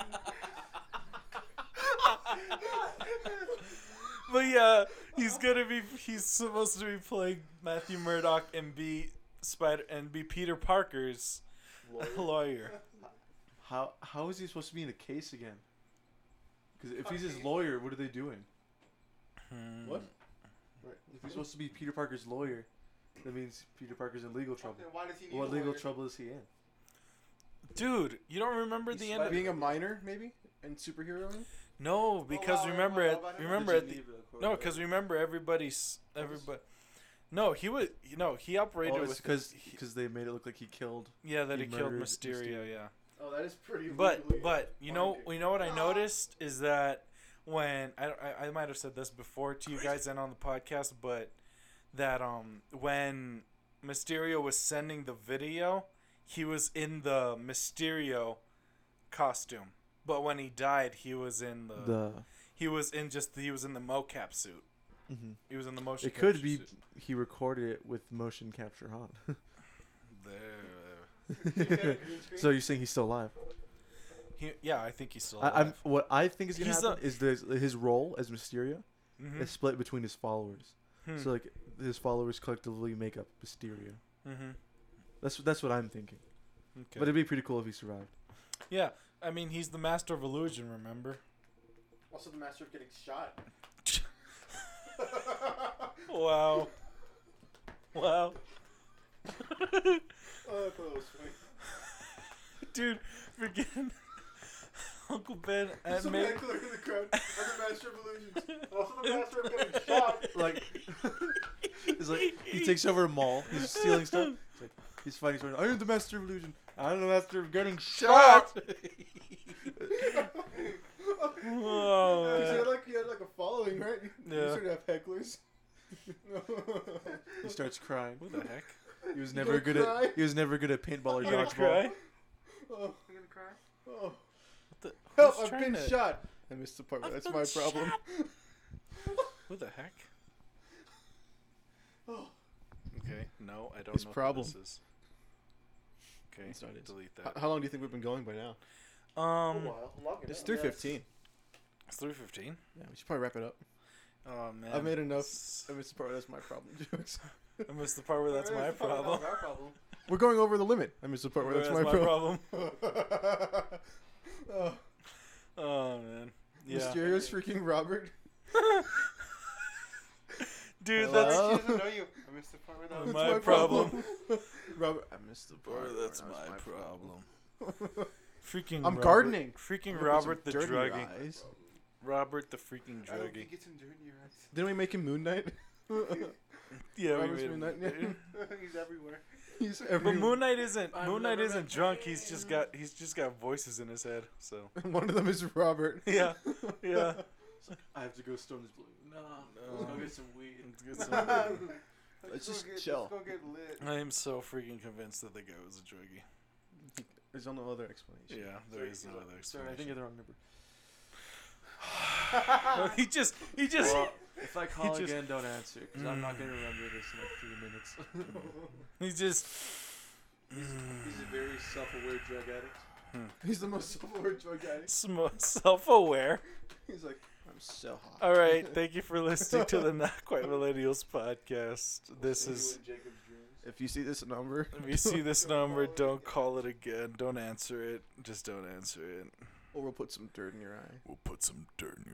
but yeah, he's gonna be. He's supposed to be playing Matthew Murdock and be Spider and be Peter Parker's <laughs> lawyer. <laughs> How how is he supposed to be in a case again? Because if he's his lawyer, what are they doing? Hmm. What? If he's supposed to be Peter Parker's lawyer, that means Peter Parker's in legal trouble. Then <laughs> why does he need What a legal lawyer? trouble is he in? Dude, you don't remember the end? Of, Being a minor, maybe, and superheroing. no, because wow, I remember don't at know about it. remember at the no, because remember everybody's everybody. No, he was you know he operated Oh, with because they made it look like he killed. yeah that he he, killed murdered Mysterio, Mysterio. yeah. Oh, that is pretty. legally But but you know binding. you know what I noticed is that when I I, I might have said this before to you guys and on the podcast, but that um when Mysterio was sending the video, he was in the Mysterio costume, but when he died, he was in the, The he was in just he was in the mocap suit. Mhm. He was in the motion. it could capture be suit. he recorded it with motion capture on. There. <laughs> so you're saying he's still alive? He, yeah, I think he's still. I, I'm alive. what I think is gonna He's happen is the, his role as Mysterio Mhm. is split between his followers. Hmm. So like his followers collectively make up Mysterio. Mhm. That's that's what I'm thinking. Okay. But it'd be pretty cool if he survived. Yeah, I mean he's the master of illusion. Remember? also the master of getting shot. <laughs> <laughs> Wow. Wow. Oh, I thought it was funny. Dude, freaking <laughs> Uncle Ben and Some May- man clear in the crowd. I'm the master of illusions. Also the master of getting shot. like <laughs> it's like he takes over a mall. He's stealing stuff. It's like he's fighting someone. I'm the master of illusion. I'm the master of getting shot. <laughs> Oh, Because you man. had like you had like a following, right? You Yeah. sort of have hecklers. He starts crying. Who the heck? He was You never gonna good cry? at he was never good at paintball or You gonna dodgeball. cry? <laughs> oh, I'm gonna cry. oh. What the, Help! who's I've trying been to- shot. I missed the part where I've that's been my problem. shot. <laughs> Who the <gasps> heck? Oh. Okay, no, I don't His know who problem. this is. Okay, It's not his. delete H- that. How long do you think we've been going by now? Um, It's three fifteen. it's three fifteen. Yeah, we should probably wrap it up. Oh man, I've made enough. S- <laughs> I missed the part where that's my problem jokes. I missed the part where that's my the part that problem. was Our problem. We're going over the limit. I missed the part where that's my problem. <laughs> oh, <laughs> Oh man, yeah, Mysterio's freaking Robert. <laughs> <laughs> dude, Hello? that's Oh. She doesn't know you. I missed the part where that Oh, was my problem. <laughs> Robert, I missed the part. Or where that's that my, was problem. <laughs> freaking, I'm Robert- gardening. Freaking Look at Robert the some dirty druggie. eyes. Robert the freaking I hope you druggie. get some dirt in your eyes. Didn't we make him Moon Knight? <laughs> Yeah, we made Robert's been him. that- do it. <laughs> He's everywhere. <laughs> He's But every Moon Knight isn't I've Moon Knight never isn't met drunk. He's just man. got he's just got voices in his head. <laughs> So <laughs> <laughs> One of them is Robert. yeah, yeah. I have to go storm this building. No, No. let's go get some weed. Let's get some weed. Let's go just get, chill. Let's go get lit. I am so freaking convinced that the guy was a druggie. There's no other explanation. Yeah, there Sorry, is no sorry, other Sorry, I explanation. think you're the wrong number. Well, <laughs> he just he just <laughs> Well, if I call just- again, don't answer because I'm not Mm. gonna remember this in like three minutes. he just. mm, He's a very self-aware drug addict. He's the most self-aware drug addict. Smo- self-aware. He's like, I'm so hot. All <laughs> right, thank you for listening to the Not Quite Millennials podcast. This You is and Jacob's dreams. If you see this number, if you see this number, don't call it again. Don't answer it. Just don't answer it. or we'll put some dirt in your eye. We'll put some dirt in